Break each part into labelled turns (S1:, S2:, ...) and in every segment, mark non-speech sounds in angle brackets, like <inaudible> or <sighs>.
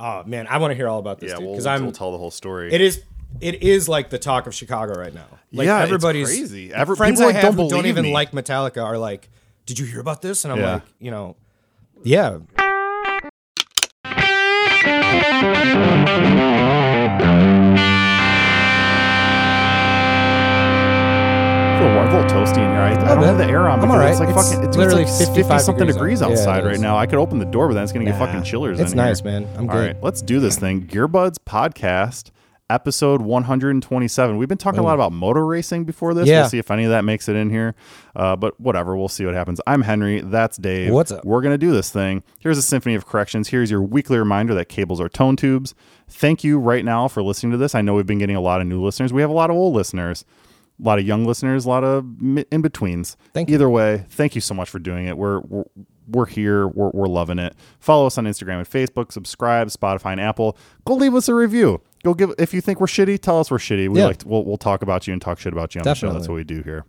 S1: Oh man, I want to hear all about this
S2: yeah, we'll,
S1: because
S2: we'll
S1: I'm.
S2: tell the whole story.
S1: it is. It is like the talk of Chicago right now. Like
S2: Yeah, it's
S1: everybody's
S2: crazy. Every-
S1: friends
S2: people,
S1: I
S2: like,
S1: have
S2: don't
S1: who don't
S2: believe
S1: even
S2: me.
S1: like Metallica are like, "Did you hear about this?" And I'm
S2: Yeah.
S1: like, you know, yeah.
S2: I feel a little toasty in here. I, I don't
S1: bit.
S2: have the air on
S1: Oh, I'm
S2: because
S1: all right.
S2: it's like
S1: It's
S2: fucking. It's,
S1: literally
S2: it's like
S1: 55
S2: something
S1: degrees
S2: degrees
S1: out. Yeah,
S2: outside
S1: it
S2: right
S1: is.
S2: now. I could open the door, but then it's gonna get fucking chillers.
S1: It's
S2: in here.
S1: nice, man. I'm
S2: All
S1: good.
S2: right, let's do this thing. Gearbuds podcast episode 127. We've been talking a lot about motor racing before this.
S1: Oh. Yeah.
S2: We'll see if any of that makes it in here. Uh, but whatever, we'll see what happens. I'm Henry. That's Dave.
S1: What's up?
S2: We're gonna do this thing. Here's a symphony of corrections. Here's your weekly reminder that cables are tone tubes. Thank you right now for listening to this. I know we've been getting a lot of new listeners. We have a lot of old listeners. A lot of young listeners, a lot of in betweens.
S1: Thank you.
S2: Either way, thank you so much for doing it. We're we're, we're here. We're, we're loving it. Follow us on Instagram and Facebook. Subscribe, Spotify and Apple. Go leave us a review. Go give if you think we're shitty, tell us we're shitty. We
S1: Yeah.
S2: like to, we'll we'll talk about you and talk shit about you on the show.
S1: Definitely.
S2: That's what we do here.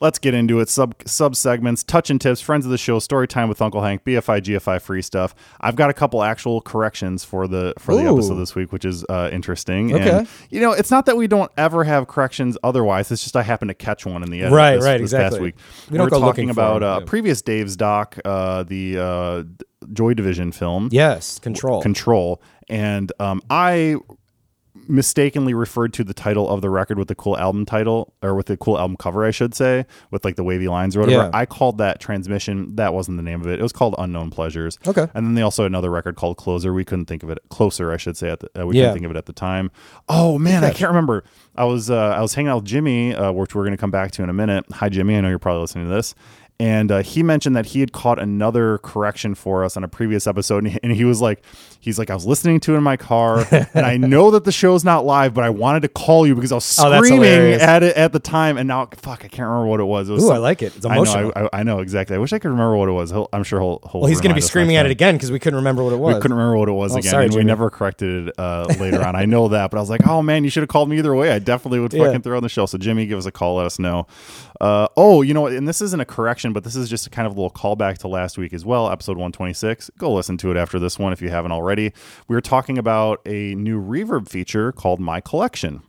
S2: Let's get into it. Sub sub segments, touch and tips, friends of the show, story time with Uncle Hank, BFI, GFI, free stuff. I've got a couple actual corrections for the for the
S1: Ooh.
S2: episode this week, which is uh, interesting.
S1: Okay.
S2: And you know, it's not that we don't ever have corrections. Otherwise, it's just I happen to catch one in the edit
S1: Right,
S2: this-
S1: right,
S2: this
S1: exactly.
S2: Past week.
S1: We don't
S2: were
S1: go
S2: talking
S1: looking for
S2: about
S1: them,
S2: uh,
S1: yeah.
S2: previous Dave's doc, uh, the uh, d- Joy Division film,
S1: Yes, control.
S2: Control, and um, I mistakenly referred to the title of the record with the cool album title or with the cool album cover, I should say, with like the wavy lines or whatever.
S1: Yeah.
S2: I called that Transmission. That wasn't the name of it. It was called Unknown Pleasures.
S1: Okay.
S2: And then they also had another record called Closer. We couldn't think of it. Closer, I should say. At the, uh, we
S1: Yeah.
S2: couldn't think of it at the time. Oh man, I can't remember. I was uh, I was hanging out with Jimmy, uh, which we're going to come back to in a minute. Hi, Jimmy. I know you're probably listening to this. And uh, he mentioned that he had caught another correction for us on a previous episode, and he, and he was like, "He's like, I was listening to it in
S1: <laughs>
S2: my car, and I know that the show's not live, but I wanted to call you because I was
S1: Oh, that's
S2: screaming
S1: hilarious.
S2: at it at the time, and now fuck, I can't remember what it was. It was
S1: Ooh, I
S2: some-
S1: like it. It's
S2: I know,
S1: emotional.
S2: I, I, I know exactly. I wish I could remember what it was. He'll, I'm sure he'll. he'll
S1: well, he's going to
S2: remind
S1: be
S2: us
S1: screaming
S2: next
S1: at
S2: time.
S1: it again because we couldn't remember what it was.
S2: I couldn't remember what it was
S1: Oh,
S2: again.
S1: sorry,
S2: and we
S1: Jimmy.
S2: never corrected it uh, later on. I know that, but I was like, oh man, you should have called me either way. I definitely
S1: <laughs>
S2: would
S1: Yeah.
S2: fucking throw on the show. So Jimmy, give us a call. Let us know. Uh, oh, you know, what? and this isn't a correction, but this is just a kind of little callback to last week as well, episode 126. Go listen to it after this one if you haven't already. We were talking about a new reverb feature called My Collection.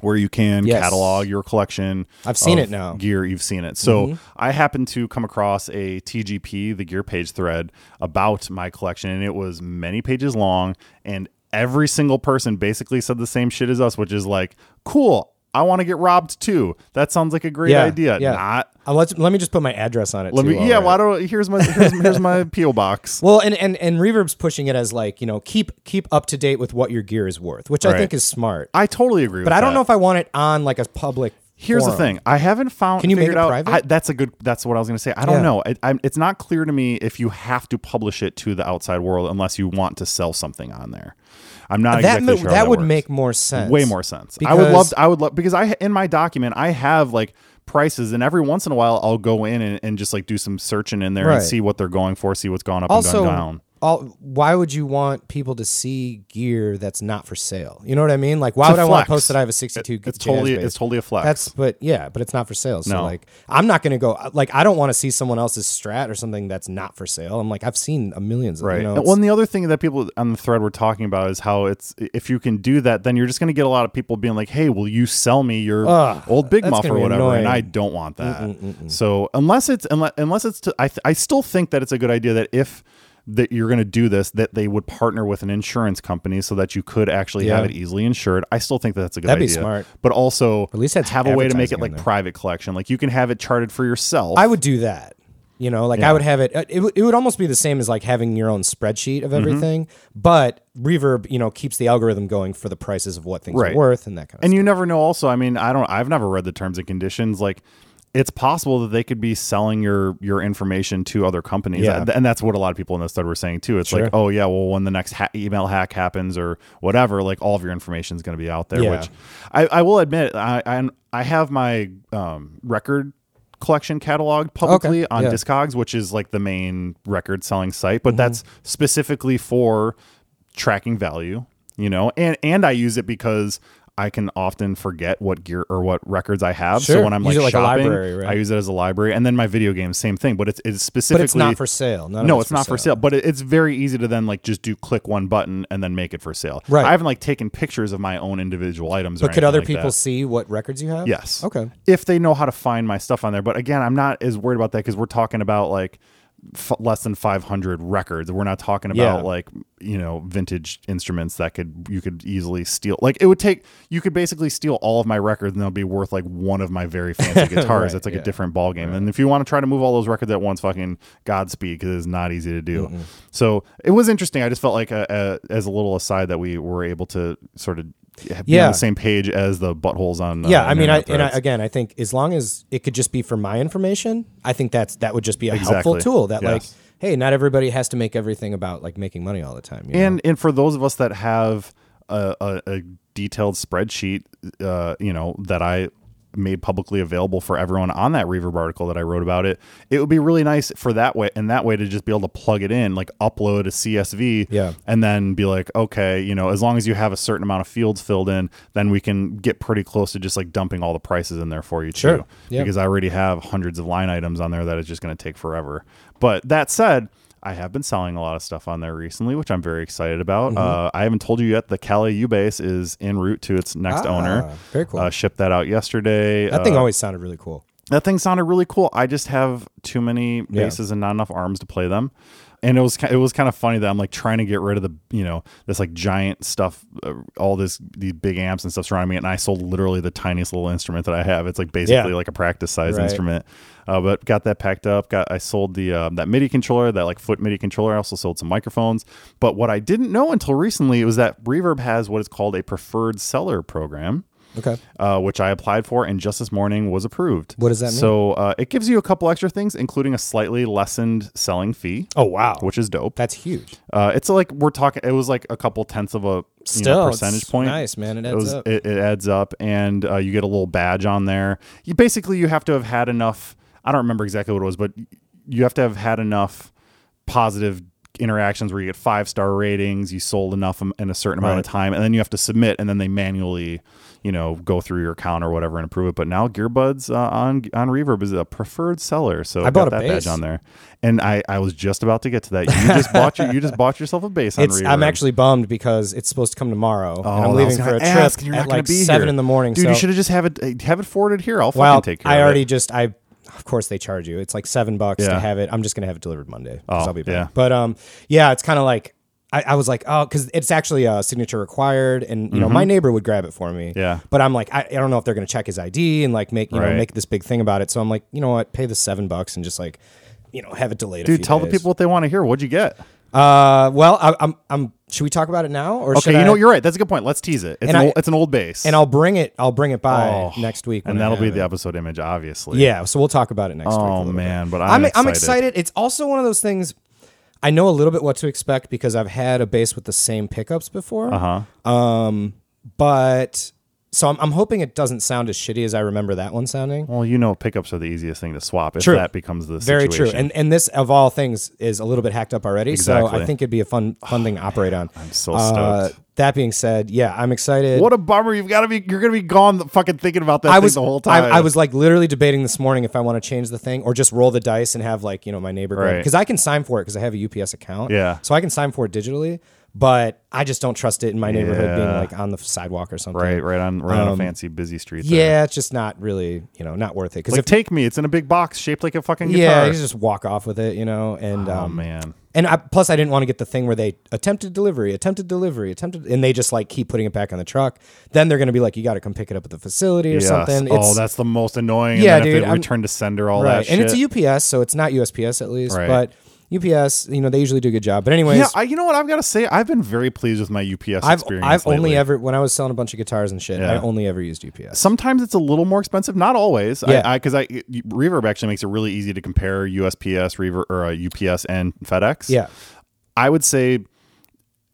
S2: Where you can
S1: Yes.
S2: catalog your collection.
S1: I've seen
S2: of
S1: it now.
S2: gear you've seen it. So
S1: Mm-hmm.
S2: I happened to come across a TGP, the gear page thread about my collection, and it was many pages long, and every single person basically said the same shit as us, which is like, cool. I want to get robbed too. That sounds like a great
S1: Yeah,
S2: idea.
S1: yeah.
S2: Not
S1: Uh, let let me just put my address on it.
S2: let
S1: too
S2: me.
S1: while
S2: Yeah.
S1: we're at
S2: Why
S1: it.
S2: don't here's my here's,
S1: <laughs>
S2: here's my PO box.
S1: Well, and, and and Reverb's pushing it as like you know keep keep up to date with what your gear is worth, which I
S2: Right.
S1: think is smart.
S2: I totally agree.
S1: but I don't know if I want it on like a public.
S2: Here's the
S1: forum.
S2: thing. I haven't found.
S1: Can you make
S2: figured
S1: it
S2: out,
S1: private?
S2: I, that's a good. That's what I was going to say. I don't
S1: Yeah.
S2: know. It, I'm, it's not clear to me if you have to publish it to the outside world unless you want to sell something on there. I'm not
S1: That
S2: exactly
S1: mo-
S2: sure.
S1: that
S2: how
S1: would
S2: works.
S1: make more sense.
S2: way more sense. I would
S1: Because-
S2: love. I would love because I in my document I have like prices, and every once in a while I'll go in and, and just like do some searching in there
S1: Right.
S2: and see what they're going for, see what's gone up
S1: Also,
S2: and gone down.
S1: all, why would you want people to see gear that's not for sale? You know what I mean? Like, why
S2: To
S1: would I want
S2: flex.
S1: to post that I have a 62
S2: It's
S1: jazz
S2: totally.
S1: bass?
S2: It's totally a flex.
S1: That's but yeah, but it's not for sale. So
S2: No.
S1: like I'm not gonna go uh, like I don't want to see someone else's strat or something that's not for sale. I'm like I've seen a millions of
S2: Right.
S1: you know,
S2: And-
S1: it's-
S2: well, and the other thing that people on the thread were talking about is how it's if you can do that, then you're just going to get a lot of people being like, "Hey, will you sell me your
S1: Ugh,
S2: old Big
S1: that's
S2: Muff
S1: gonna
S2: or
S1: be
S2: whatever?" And
S1: annoying.
S2: I don't want that. So unless it's unless, unless it's to, I th- I still think that it's a good idea that if that you're going to do this that they would partner with an insurance company so that you could actually have
S1: Yeah.
S2: it easily insured. I still think that that's a good
S1: That'd be
S2: idea.
S1: smart.
S2: But also at
S1: least that's
S2: have a way to make it
S1: advertising
S2: like
S1: on there.
S2: private collection. Like you can have it charted for yourself.
S1: I would do that. You know, like I would have it, uh, it. w- It would almost be the same as like having your own spreadsheet
S2: Mm-hmm.
S1: of everything, but Reverb, you know, keeps the algorithm going for the prices of what things
S2: Right.
S1: are worth and that kind of.
S2: and
S1: stuff.
S2: you never know also i mean i don't i've never read the terms and conditions like it's possible that they could be selling your your information to other companies
S1: Yeah.
S2: and that's what a lot of people in this thread were saying too it's
S1: Sure.
S2: like oh yeah well when the next ha- email hack happens or whatever like all of your information is going to be out there
S1: Yeah.
S2: which I, I will admit i i i have my um, record collection catalog publicly on
S1: yeah. Mm-hmm.
S2: discogs which is like the main record selling site but that's specifically for tracking value you know and and i use it because I can often forget what gear or what records I have. So
S1: Sure.
S2: when I'm
S1: Use
S2: like,
S1: it like a
S2: shopping,
S1: library, right?
S2: I use it as a library. And then my video games, same thing. But it's it's
S1: but
S2: specifically
S1: it's not for sale. None of
S2: no, it's not for sale. But it, it's very easy to then like just do click one button and then make it for sale.
S1: Right.
S2: I haven't like taken pictures of my own individual items.
S1: But
S2: or
S1: could
S2: anything
S1: other
S2: like
S1: people
S2: that.
S1: see what records you have?
S2: Yes. Uh,
S1: Okay.
S2: If they know how to find my stuff on there. But again, I'm not as worried about that because we're talking about like f- less than 500 records. We're not talking about
S1: Yeah.
S2: like, you know, vintage instruments that could, you could easily steal. Like it would take, you could basically steal all of my records and they'll be worth like one of my very
S1: <laughs>
S2: fancy guitars.
S1: Right,
S2: That's like
S1: yeah.
S2: a different ball game. And if you want to try to move all those records at once, fucking Godspeed because it's not easy to do.
S1: Mm-hmm.
S2: So it was interesting. I just felt like, uh uh as a little aside, that we were able to sort of. Be
S1: Yeah.
S2: on the same page as the buttholes on uh,
S1: Yeah, I mean, I,
S2: internet
S1: and I,
S2: threads.
S1: again, I think as long as it could just be for my information, I think that's that would just be a helpful
S2: Exactly.
S1: tool. That like,
S2: Yes.
S1: hey, not everybody has to make everything about like making money all the time. you know?
S2: and and for those of us that have a, a, a detailed spreadsheet uh, you know that i made publicly available for everyone on that reverb article that i wrote about it it would be really nice for that way and that way to just be able to plug it in like upload a csv
S1: Yeah.
S2: and then be like okay you know as long as you have a certain amount of fields filled in then we can get pretty close to just like dumping all the prices in there for you
S1: Sure.
S2: too
S1: Yeah.
S2: because i already have hundreds of line items on there that is just going to take forever but that said I have been selling a lot of stuff on there recently, which I'm very excited
S1: Mm-hmm.
S2: about. Uh, I haven't told you yet. The Cali U base is en route to its next
S1: Ah,
S2: owner.
S1: very cool.
S2: Uh, shipped that out yesterday.
S1: that thing always sounded really cool.
S2: that thing sounded really cool. I just have too many
S1: Yeah.
S2: bases and not enough arms to play them. And it was ki- it was kind of funny that I'm like trying to get rid of the you know this like giant stuff, uh, all this these big amps and stuff surrounding me, and I sold literally the tiniest little instrument that I have. It's like basically like a practice size
S1: Right.
S2: instrument, uh, but got that packed up. Got I sold the um, that MIDI controller, that like foot MIDI controller. I also sold some microphones. But what I didn't know until recently was that Reverb has what is called a preferred seller program
S1: Okay.
S2: uh, which I applied for and just this morning was approved.
S1: What does that mean?
S2: So uh, it gives you a couple extra things, including a slightly lessened selling fee,
S1: Oh wow,
S2: which is dope.
S1: that's huge.
S2: Uh, it's like we're talking. It was like a couple tenths of a you know,
S1: Still, it's
S2: percentage point.
S1: nice, man. It
S2: It,
S1: adds
S2: was,
S1: up.
S2: it, it adds up, and uh, you get a little badge on there. You basically you have to have had enough. I don't remember exactly what it was, but you have to have had enough positive interactions where you get five star ratings. You sold enough in a certain amount of time, and then you have to submit, and then they manually, you know, go through your account or whatever and approve it. But now Gearbuds uh, on on Reverb is a preferred seller, so I
S1: bought a
S2: got that
S1: bass.
S2: badge on there, and I I was just about to get to that. You just bought your, you just bought yourself a bass on
S1: It's,
S2: Reverb.
S1: I'm actually bummed because it's supposed to come tomorrow. and I'm
S2: Oh, I was
S1: leaving for
S2: gonna
S1: a trip
S2: ask, and you're not
S1: at
S2: gonna
S1: like
S2: be here.
S1: seven in the morning.
S2: dude.
S1: so
S2: You should have just have it uh, have it forwarded here. I'll
S1: well,
S2: fucking take care.
S1: I
S2: of it.
S1: already just I, of course they charge you. It's like seven bucks to
S2: Yeah.
S1: have it. I'm just gonna have it delivered Monday 'cause
S2: Oh,
S1: I'll be back.
S2: yeah.
S1: But um, yeah, it's kind of like I, I was like, oh, because it's actually a signature required, and you know my neighbor would grab it for me.
S2: Mm-hmm. Yeah.
S1: But I'm like, I, I don't know if they're gonna check his ID and like make you know
S2: Right.
S1: make this big thing about it. So I'm like, you know what, pay the seven bucks and just like. You know, have it delayed. a
S2: dude.
S1: few
S2: Tell the
S1: days.
S2: people what they want to hear. What'd you get?
S1: Uh, well, I, I'm. I'm. Should we talk about it now, or
S2: Okay,
S1: should
S2: you
S1: I-
S2: know you're right. That's a good point. Let's tease it. It's,
S1: And
S2: an,
S1: I-
S2: old, it's an old bass,
S1: and I'll bring it. I'll bring it by
S2: Oh,
S1: next week,
S2: and
S1: when I
S2: that'll be
S1: have
S2: the
S1: it.
S2: episode image, obviously.
S1: Yeah, so we'll talk about it next week. a
S2: Oh
S1: little bit.
S2: man, but
S1: I'm
S2: I'm,
S1: I'm excited. It's also one of those things. I know a little bit what to expect because I've had a bass with the same pickups before. Um,
S2: Uh huh.
S1: But so I'm, I'm hoping it doesn't sound as shitty as I remember that one sounding.
S2: Well, you know, pickups are the easiest thing to swap. If
S1: True.
S2: that becomes the
S1: Very
S2: situation.
S1: true. And and this of all things is a little bit hacked up already. So I
S2: Exactly.
S1: think it'd be a fun fun thing to
S2: <sighs>
S1: operate on. I'm
S2: so stoked.
S1: that being said, yeah, I'm excited.
S2: what a bummer! You've got to be. You're gonna be gone. The, fucking thinking about that
S1: I
S2: thing
S1: was
S2: the whole time.
S1: I, I was like literally debating this morning if I want to change the thing or just roll the dice and have like you know my neighbor
S2: Right.
S1: because I can sign for it because I have a UPS account.
S2: Yeah.
S1: so I can sign for it digitally, but I just don't trust it in my neighborhood being
S2: Yeah.
S1: like on the sidewalk or something.
S2: right, right on, right on a fancy busy street. there.
S1: Um, Yeah, it's just not really you know not worth it because
S2: Like, take me. It's in a big box shaped like a fucking
S1: if yeah,
S2: guitar.
S1: you just walk off with it, you know, and
S2: oh
S1: um,
S2: man.
S1: and I, plus I didn't want to get the thing where they attempted delivery, attempted delivery, attempted, and they just like keep putting it back on the truck. Then they're gonna be like, you got to come pick it up at the facility or
S2: Yes.
S1: something.
S2: Oh, that's the most annoying.
S1: Yeah,
S2: and then
S1: dude,
S2: If they
S1: I'm-
S2: return to sender, all
S1: right.
S2: that.
S1: and
S2: shit.
S1: it's a UPS, so it's not USPS at least,
S2: Right.
S1: but UPS, you know, they usually do a good job. But anyways,
S2: Yeah, I, you know what? I've got to say, I've been very pleased with my UPS
S1: I've
S2: experience.
S1: I've only
S2: lately.
S1: ever when I was selling a bunch of guitars and shit, I
S2: Yeah.
S1: only ever used UPS.
S2: Sometimes it's a little more expensive, not always.
S1: Yeah.
S2: I because I, Reverb actually makes it really easy to compare USPS, Reverb, or uh, UPS and FedEx.
S1: Yeah.
S2: I would say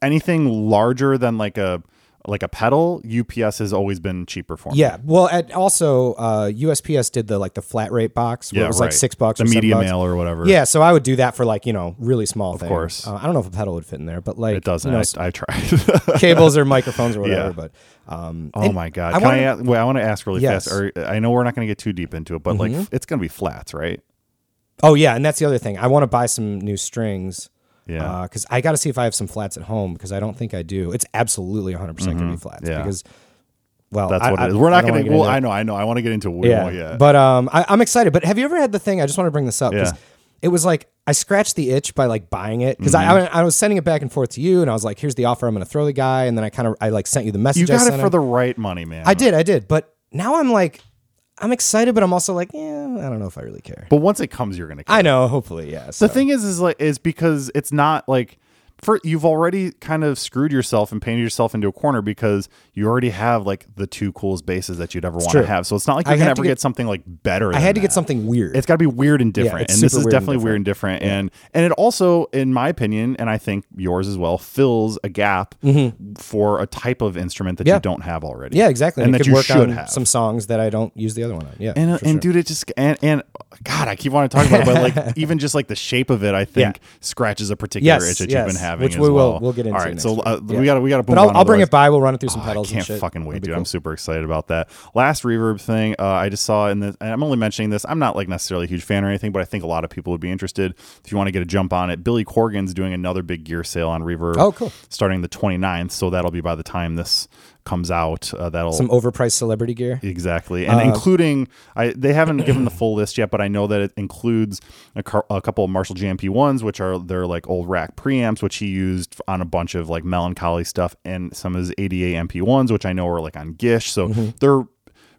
S2: anything larger than like a like a pedal, UPS has always been cheaper for me.
S1: Yeah. Well, and also uh, USPS did the like the flat rate box where
S2: Yeah,
S1: it was
S2: right.
S1: like six bucks
S2: the
S1: or seven
S2: media
S1: bucks.
S2: mail or whatever.
S1: Yeah, so I would do that for like you know really small. Of
S2: course.
S1: uh, I don't know if a pedal would fit in there, but like
S2: it doesn't.
S1: you know,
S2: I, I tried. <laughs>
S1: cables or microphones or whatever.
S2: Yeah.
S1: But um,
S2: Oh
S1: and
S2: my god!
S1: I
S2: Can I?
S1: wanna-
S2: Ask, wait, I want to ask really
S1: Yes.
S2: fast. Or I know we're not going to get too deep into it, but like f- it's going to be flats, right?
S1: oh yeah, and that's the other thing. I want to buy some new strings.
S2: Yeah.
S1: because I got to see if I have some flats at home because I don't think I do. It's absolutely 100 percent gonna be flats
S2: Mm-hmm. Yeah.
S1: because well
S2: That's
S1: I-
S2: what
S1: I-
S2: it is. We're
S1: I
S2: not
S1: don't wanna
S2: going
S1: get
S2: to. Well,
S1: into-
S2: I know, I know. I want to get into it
S1: yeah.
S2: more. Yeah.
S1: But um, I, I'm excited. But have you ever had the thing? I just want to bring this up because
S2: Yeah.
S1: it was like I scratched the itch by like buying it because
S2: Mm-hmm.
S1: I, I I was sending it back and forth to you and I was like, here's the offer. I'm gonna throw the guy, and then I kind of I like sent you the message.
S2: you
S1: I
S2: got
S1: sent
S2: it
S1: him.
S2: for the right money, man.
S1: I did, I did. But now I'm like, I'm excited, but I'm also like, eh, I don't know if I really care.
S2: But once it comes, you're going to.
S1: I know, hopefully, yeah. So.
S2: The thing is, is like, is because it's not like. For, you've already kind of screwed yourself and painted yourself into a corner because you already have like the two coolest bases that you'd ever want to
S1: true.
S2: have. So it's not like
S1: I
S2: you can
S1: had to
S2: ever
S1: get-
S2: get, something like better.
S1: I
S2: than
S1: had to
S2: that.
S1: get something weird.
S2: It's got to be weird and different,
S1: it's
S2: and this
S1: super weird
S2: is
S1: and
S2: definitely weird and different. And and it also, in my opinion, and I think yours as well, fills a gap for a type of instrument that
S1: Mm-hmm. Yeah.
S2: you don't have already.
S1: yeah, exactly.
S2: and
S1: it
S2: that
S1: could
S2: you
S1: work
S2: should
S1: on
S2: have.
S1: some songs that I don't use the other one on. Yeah,
S2: and, uh,
S1: for
S2: and
S1: sure.
S2: dude, it just and and God, I keep wanting to talk about it,
S1: <laughs>
S2: but like even just like the shape of it, I think scratches a particular
S1: Yes,
S2: itch that
S1: yes,
S2: you've been having.
S1: which
S2: as
S1: we will-
S2: well.
S1: we'll get into
S2: All right,
S1: next
S2: so
S1: week.
S2: uh,
S1: Yeah.
S2: we got we got to.
S1: but I'll, I'll bring it by. We'll run it through some
S2: Oh,
S1: pedals.
S2: I can't
S1: and shit.
S2: fucking wait,
S1: That'd be
S2: dude.
S1: cool.
S2: I'm super excited about that. Last reverb thing uh, I just saw in this, and I'm only mentioning this. I'm not like necessarily a huge fan or anything, but I think a lot of people would be interested if you want to get a jump on it. Billy Corgan's doing another big gear sale on reverb.
S1: Oh, cool.
S2: Starting the 29th, so that'll be by the time this comes out. Uh, that'll
S1: some overpriced celebrity gear.
S2: Exactly,
S1: Uh,
S2: and including I, they haven't given the full list yet, but I know that it includes a, car, a couple of Marshall GMP ones, which are they're like old rack preamps, which he used on a bunch of like melancholy stuff, and some of his ADA MP ones, which I know are like on Gish. So
S1: Mm-hmm.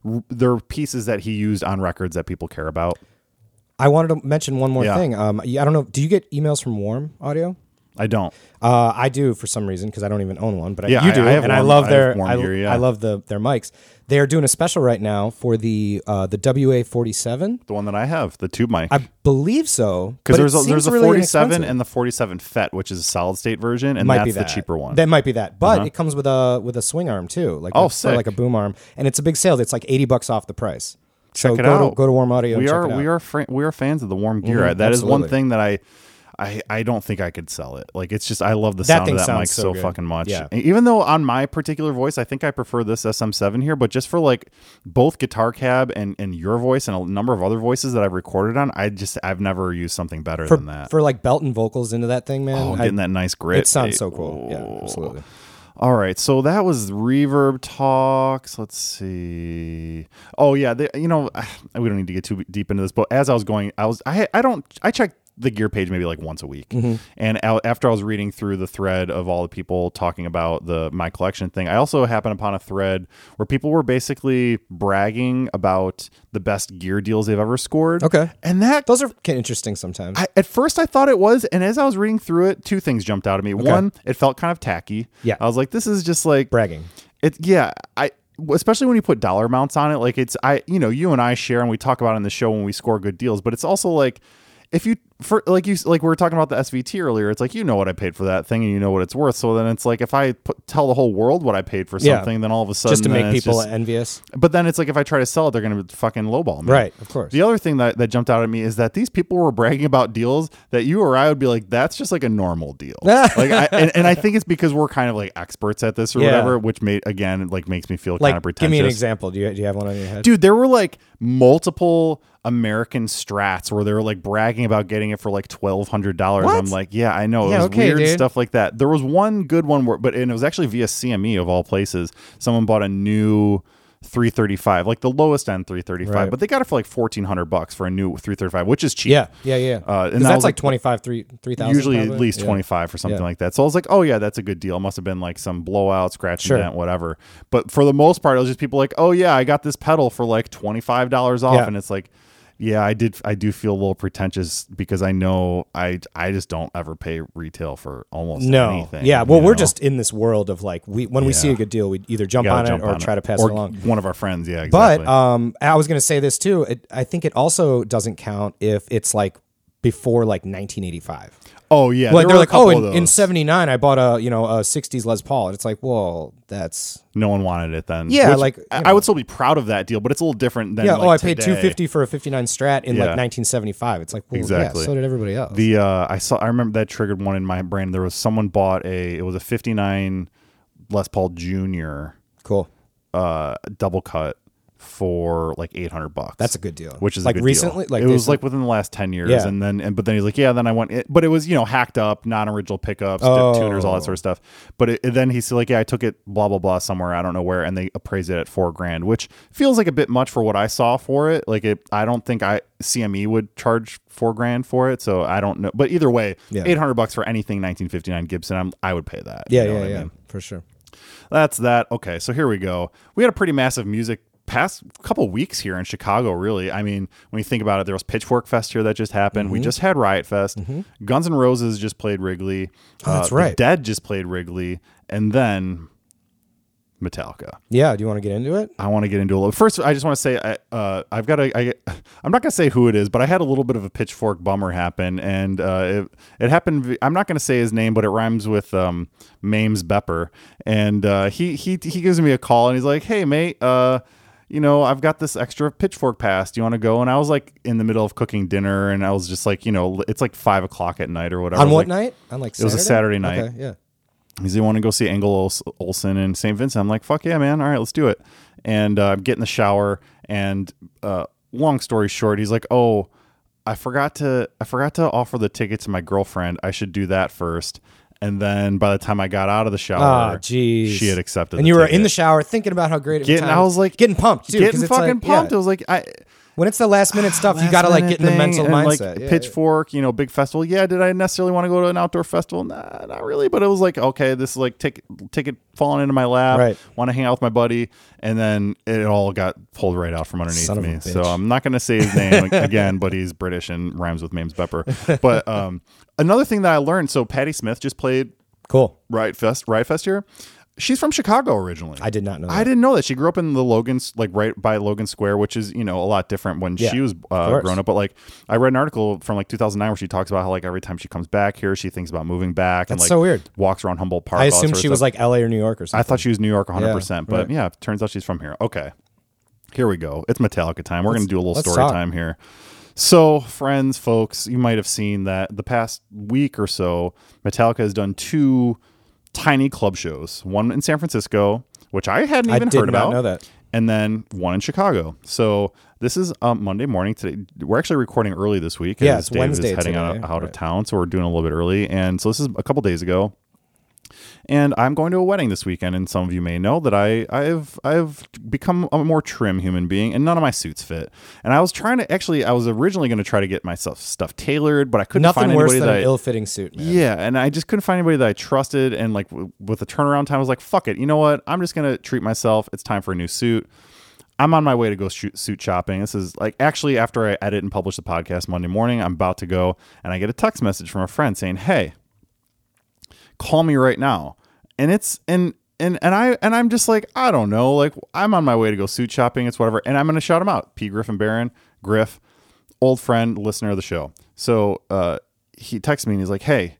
S2: they're they're pieces that he used on records that people care about.
S1: I wanted to mention one more
S2: Yeah.
S1: thing. Um, yeah, I don't know. Do you get emails from Warm Audio?
S2: I don't.
S1: Uh, I do for some reason because I don't even own one, but I-
S2: Yeah,
S1: you
S2: I-
S1: do,
S2: I have
S1: and I
S2: one.
S1: love
S2: I
S1: their
S2: have one
S1: I,
S2: here, yeah.
S1: I love the their mics. They are doing a special right now for the uh, the WA forty seven.
S2: The one that I have, the tube mic.
S1: I believe so. but
S2: because
S1: it
S2: there's a,
S1: seems
S2: there's a
S1: really
S2: 47
S1: inexpensive.
S2: and the 47 FET, which is a solid state version, and
S1: Might
S2: that's
S1: be
S2: the
S1: that.
S2: cheaper one. Uh-huh.
S1: That might be that, but it comes with a with a swing arm too, like
S2: Oh,
S1: a, for
S2: sick.
S1: like a boom arm, and it's a big sale. It's like eighty bucks off the price. so
S2: check it
S1: go
S2: out.
S1: to go to Warm Audio.
S2: We
S1: and check
S2: are
S1: it out.
S2: we are fra- we are fans of the warm gear.
S1: Mhm,
S2: That is one
S1: absolutely.
S2: thing that I. I, I don't think I could sell it. Like it's just I love the
S1: That
S2: sound
S1: thing
S2: of that
S1: sounds
S2: mic
S1: so
S2: so,
S1: good.
S2: fucking much.
S1: Yeah.
S2: And Even though on my particular voice, I think I prefer this SM7 here, but just for like both guitar cab and, and your voice and a number of other voices that I've recorded on, I just I've never used something better
S1: for,
S2: than that.
S1: for like belting vocals into that thing, man.
S2: oh,
S1: I-
S2: getting that nice grit.
S1: it sounds
S2: eh,
S1: so cool. Yeah, absolutely.
S2: all right, so that was reverb talks. Let's see. Oh yeah, they, you know <sighs> we don't need to get too deep into this, but as I was going, I was I I don't I check the gear page maybe like once a week,
S1: Mm-hmm.
S2: and out, after I was reading through the thread of all the people talking about the my collection thing, I also happened upon a thread where people were basically bragging about the best gear deals they've ever scored.
S1: Okay.
S2: and that
S1: Those are ki- interesting sometimes.
S2: I, at first, I thought it was, and as I was reading through it, two things jumped out at me. One, it felt kind of tacky.
S1: Yeah.
S2: I was like, this is just like
S1: Bragging.
S2: It, yeah, I especially when you put dollar amounts on it, like it's I, you know, you and I share, and we talk about it in the show when we score good deals, but it's also like if you for like you like we were talking about the SVT earlier, it's like you know what I paid for that thing, and you know what it's worth. So then it's like if I put, tell the whole world what I paid for
S1: Yeah.
S2: something, then all of a sudden,
S1: Just to
S2: then
S1: make
S2: it's
S1: people
S2: just-
S1: envious.
S2: but then it's like if I try to sell it, they're going to fucking lowball me.
S1: Right, of course.
S2: The other thing that, that jumped out at me is that these people were bragging about deals that you or I would be like, that's just like a normal deal.
S1: <laughs>
S2: like, I, and, and I think it's because we're kind of like experts at this or
S1: Yeah.
S2: whatever, which made again like makes me feel kind of
S1: Like,
S2: pretentious.
S1: give me an example. Do you, do you have one on your head?
S2: Dude, there were like multiple American strats where they were like bragging about getting it for like twelve hundred dollars.
S1: What?
S2: I'm like, yeah, I know. It
S1: Yeah,
S2: was
S1: okay,
S2: weird
S1: dude.
S2: stuff like that. There was one good one where but and it was actually via CME of all places. Someone bought a new 335, like the lowest end 335,
S1: Right.
S2: but they got it for like 1400 bucks for a new 335, which is cheap.
S1: yeah, yeah, yeah.
S2: Uh, and
S1: 'Cause
S2: that
S1: that's like
S2: was, like,
S1: 25, three- 3,000.
S2: Usually at
S1: probably.
S2: least
S1: Yeah.
S2: 25 or something
S1: Yeah.
S2: like that. So I was like, oh, yeah, that's a good deal. It must have been like some blowout, scratch and
S1: Sure.
S2: dent, whatever. But for the most part, it was just people like, oh, yeah, I got this pedal for like $25 off.
S1: Yeah.
S2: And it's like, yeah, I did. I do feel a little pretentious because I know I I just don't ever pay retail for almost
S1: No.
S2: anything.
S1: yeah. Well,
S2: you
S1: we're
S2: know?
S1: just in this world of like, we when we see
S2: Yeah.
S1: a good deal, we either jump
S2: Gotta
S1: on
S2: jump
S1: it or try to pass it along.
S2: One of our friends, yeah,
S1: But
S2: exactly.
S1: um, I was going to say this too. It, I think it also doesn't count if it's like before like 1985.
S2: Oh yeah,
S1: Like
S2: there
S1: they're
S2: were a
S1: like, oh,
S2: couple of
S1: in, in
S2: those.
S1: '79 I bought a you know a '60s Les Paul, and it's like, well, that's
S2: no one wanted it then.
S1: Yeah,
S2: Which
S1: like,
S2: I,
S1: you
S2: I
S1: know.
S2: would still be proud of that deal, but it's a little different than
S1: yeah.
S2: Like
S1: oh, I paid
S2: today.
S1: 250 for a '59 Strat in
S2: Yeah.
S1: like 1975. It's like, well,
S2: Exactly.
S1: yeah. So did everybody else.
S2: The uh, I saw I remember that triggered one in my brain. There was someone bought a it was a '59 Les Paul Junior
S1: cool.
S2: uh, double cut for like 800 bucks.
S1: That's a good deal.
S2: which is a
S1: like
S2: good deal.
S1: recently, like
S2: it
S1: they
S2: was
S1: said-
S2: like within the last 10 years
S1: Yeah.
S2: and then and but then he's like yeah then I went it, but it was you know hacked up non-original pickups dip
S1: Oh.
S2: tuners all that sort of stuff but it, then he's like yeah I took it blah blah blah somewhere I don't know where and they appraised it at four grand which feels like a bit much for what I saw for it like it I don't think I CME would charge four grand for it so I don't know but either way
S1: Yeah.
S2: 800 bucks for anything 1959 Gibson I'm, I would pay that
S1: yeah,
S2: you know
S1: yeah,
S2: what I
S1: yeah,
S2: mean?
S1: for sure.
S2: That's that. Okay, so here we go. We had a pretty massive music past couple weeks here in Chicago, really. I mean, when you think about it, there was Pitchfork Fest here that just happened.
S1: Mm-hmm.
S2: We just had Riot Fest. Guns N' Roses just played Wrigley. Uh,
S1: Oh, that's
S2: The
S1: right.
S2: Dead just played Wrigley. And then Metallica.
S1: Yeah, do you want to get into it?
S2: I want to get into a little. First, I just want to say I, uh, I've got a. I, I'm not going to say who it is, but I had a little bit of a pitchfork bummer happen, and uh, it, it happened. v- I'm not going to say his name, but it rhymes with um, Mames Bepper, and uh, he he he gives me a call, and he's like, "Hey, mate." Uh, you know, I've got this extra pitchfork pass. Do you want to go? And I was like in the middle of cooking dinner, and I was just like, you know, it's like five o'clock at night or whatever. I
S1: On
S2: was
S1: what
S2: like,
S1: night? On like
S2: It was a Saturday night.
S1: Okay, yeah.
S2: He's like, want to go see Engel Ols- Olsen and St. Vincent. I'm like, fuck yeah, man. All right, let's do it. And uh, I'm getting the shower. And uh, long story short, he's like, oh, I forgot to I forgot to offer the ticket to my girlfriend. I should do that first. And then by the time I got out of the shower,
S1: Ah, jeez.
S2: she had accepted.
S1: And
S2: the
S1: you were
S2: ticket.
S1: in the shower thinking about how great it
S2: Getting-
S1: was.
S2: I was like
S1: getting pumped, too, 'cause
S2: getting
S1: it's
S2: fucking
S1: like-
S2: pumped.
S1: yeah.
S2: I was like, I
S1: When it's the last minute stuff, you
S2: last
S1: got to like
S2: minute
S1: get in the
S2: thing,
S1: mental
S2: and,
S1: mindset.
S2: Like
S1: Yeah, yeah.
S2: pitchfork, you know, big festival. Yeah, did I necessarily want to go to an outdoor festival? Nah, not really. But it was like, okay, this is like ticket ticket falling into my lap.
S1: Right.
S2: Want to hang out with my buddy, and then it all got pulled right out from underneath
S1: Son of a
S2: me.
S1: bitch.
S2: So I'm not going to say his name <laughs> again, but he's British and rhymes with Mames Bepper. But um, another thing that I learned. So Patty Smith just played
S1: Cool.
S2: Riot Fest. Riot Fest here. She's from Chicago originally.
S1: I did not know. That.
S2: I didn't know that she grew up in the Logan's, like right by Logan Square, which is you know a lot different when
S1: Yeah,
S2: she was uh,
S1: course.
S2: grown up. But like I read an article from like 2009 where she talks about how like every time she comes back here, she thinks about moving back and
S1: That's
S2: like
S1: so weird.
S2: walks around Humboldt Park.
S1: I
S2: all that
S1: assumed
S2: sort of
S1: she was
S2: stuff.
S1: like L.A. or New York or
S2: I
S1: something.
S2: thought she was New York 100, percent but
S1: right.
S2: yeah, turns out she's from here. Okay, here we go. It's Metallica time. We're gonna do a little
S1: let's
S2: story
S1: talk.
S2: time here. So, friends, folks, you might have seen that the past week or so, Metallica has done two tiny club shows. One in San Francisco, which I hadn't
S1: I
S2: even
S1: did
S2: heard
S1: not
S2: about
S1: know that.
S2: and then one in Chicago. So this is um, Monday morning today. We're actually recording early this week.
S1: Yeah,
S2: as
S1: it's
S2: Dave
S1: Wednesday
S2: is heading out,
S1: today,
S2: out of
S1: right.
S2: town, so we're doing a little bit early. And so this is a couple days ago. And I'm going to a wedding this weekend, and some of you may know that I I've I've become a more trim human being, and none of my suits fit. And I was trying to actually, I was originally going to try to get myself stuff tailored, but I couldn't
S1: Nothing
S2: find
S1: worse
S2: anybody
S1: than
S2: that
S1: an
S2: I-
S1: ill-fitting suit, man.
S2: yeah, and I just couldn't find anybody that I trusted. And like w- with the turnaround time, I was like, "Fuck it, you know what? I'm just gonna treat myself. It's time for a new suit." I'm on my way to go shoot, suit shopping. This is like actually after I edit and publish the podcast Monday morning, I'm about to go, and I get a text message from a friend saying, "Hey, call me right now." And it's and and and I and I'm just like, I don't know, like I'm on my way to go suit shopping. It's whatever, and I'm gonna shout him out, P. Griffin Barron, Griff, old friend, listener of the show. So uh, he texts me and he's like, "Hey,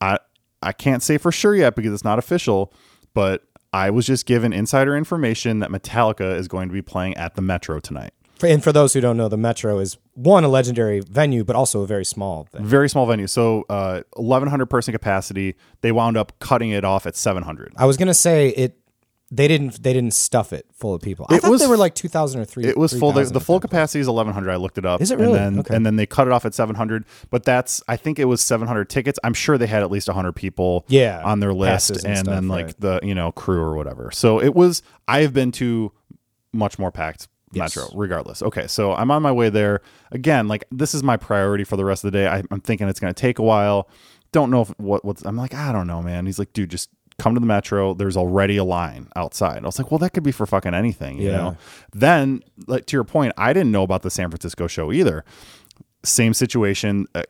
S2: I I can't say for sure yet because it's not official, but I was just given insider information that Metallica is going to be playing at the Metro tonight.
S1: For- and for those who don't know, the Metro is one a legendary venue, but also a very small thing.
S2: Very small venue, so uh, 1,100 person capacity. They wound up cutting it off at 700.
S1: I was gonna say it. They didn't. They didn't stuff it full of people. I
S2: It
S1: thought
S2: was-
S1: they were like two thousand or three.
S2: It was full. The,
S1: 3,000
S2: the full capacity is 1,100. I looked it up.
S1: Is it really?
S2: And then,
S1: Okay.
S2: and then they cut it off at 700. But that's I think it was 700 tickets. I'm sure they had at least 100 people.
S1: Yeah,
S2: on their list,
S1: passes
S2: and,
S1: and stuff,
S2: then like
S1: right.
S2: the you know crew or whatever. So it was. I have been to much more packed
S1: Yes.
S2: metro. Regardless. Okay, so I'm on my way there again. Like this is my priority for the rest of the day. I, I'm thinking it's going to take a while. Don't know if, what what's. I'm like I don't know, man. He's like, dude, just come to the metro. There's already a line outside. I was like, well, that could be for fucking anything, you
S1: Yeah.
S2: know. Then, like to your point, I didn't know about the San Francisco show either. Same situation. Uh,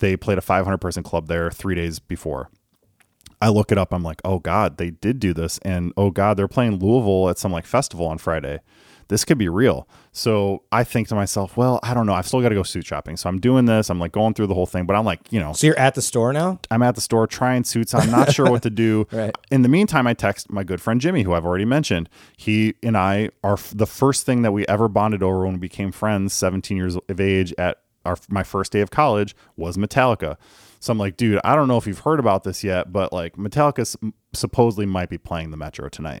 S2: they played a 500 person club there three days before. I look it up. I'm like, oh god, they did do this, and oh god, they're playing Louisville at some like festival on Friday. this could be real. So I think to myself, well, I don't know. I've still got to go suit shopping. So I'm doing this. I'm like going through the whole thing, but I'm like, you know,
S1: So you're at the store now?
S2: I'm at the store trying suits. I'm not sure what to do.
S1: Right.
S2: In the meantime, I text my good friend Jimmy, who I've already mentioned. He and I are f- the first thing that we ever bonded over when we became friends, 17 years of age at our my first day of college was Metallica. So I'm like, dude, I don't know if you've heard about this yet, but like Metallica s- supposedly might be playing the Metro tonight.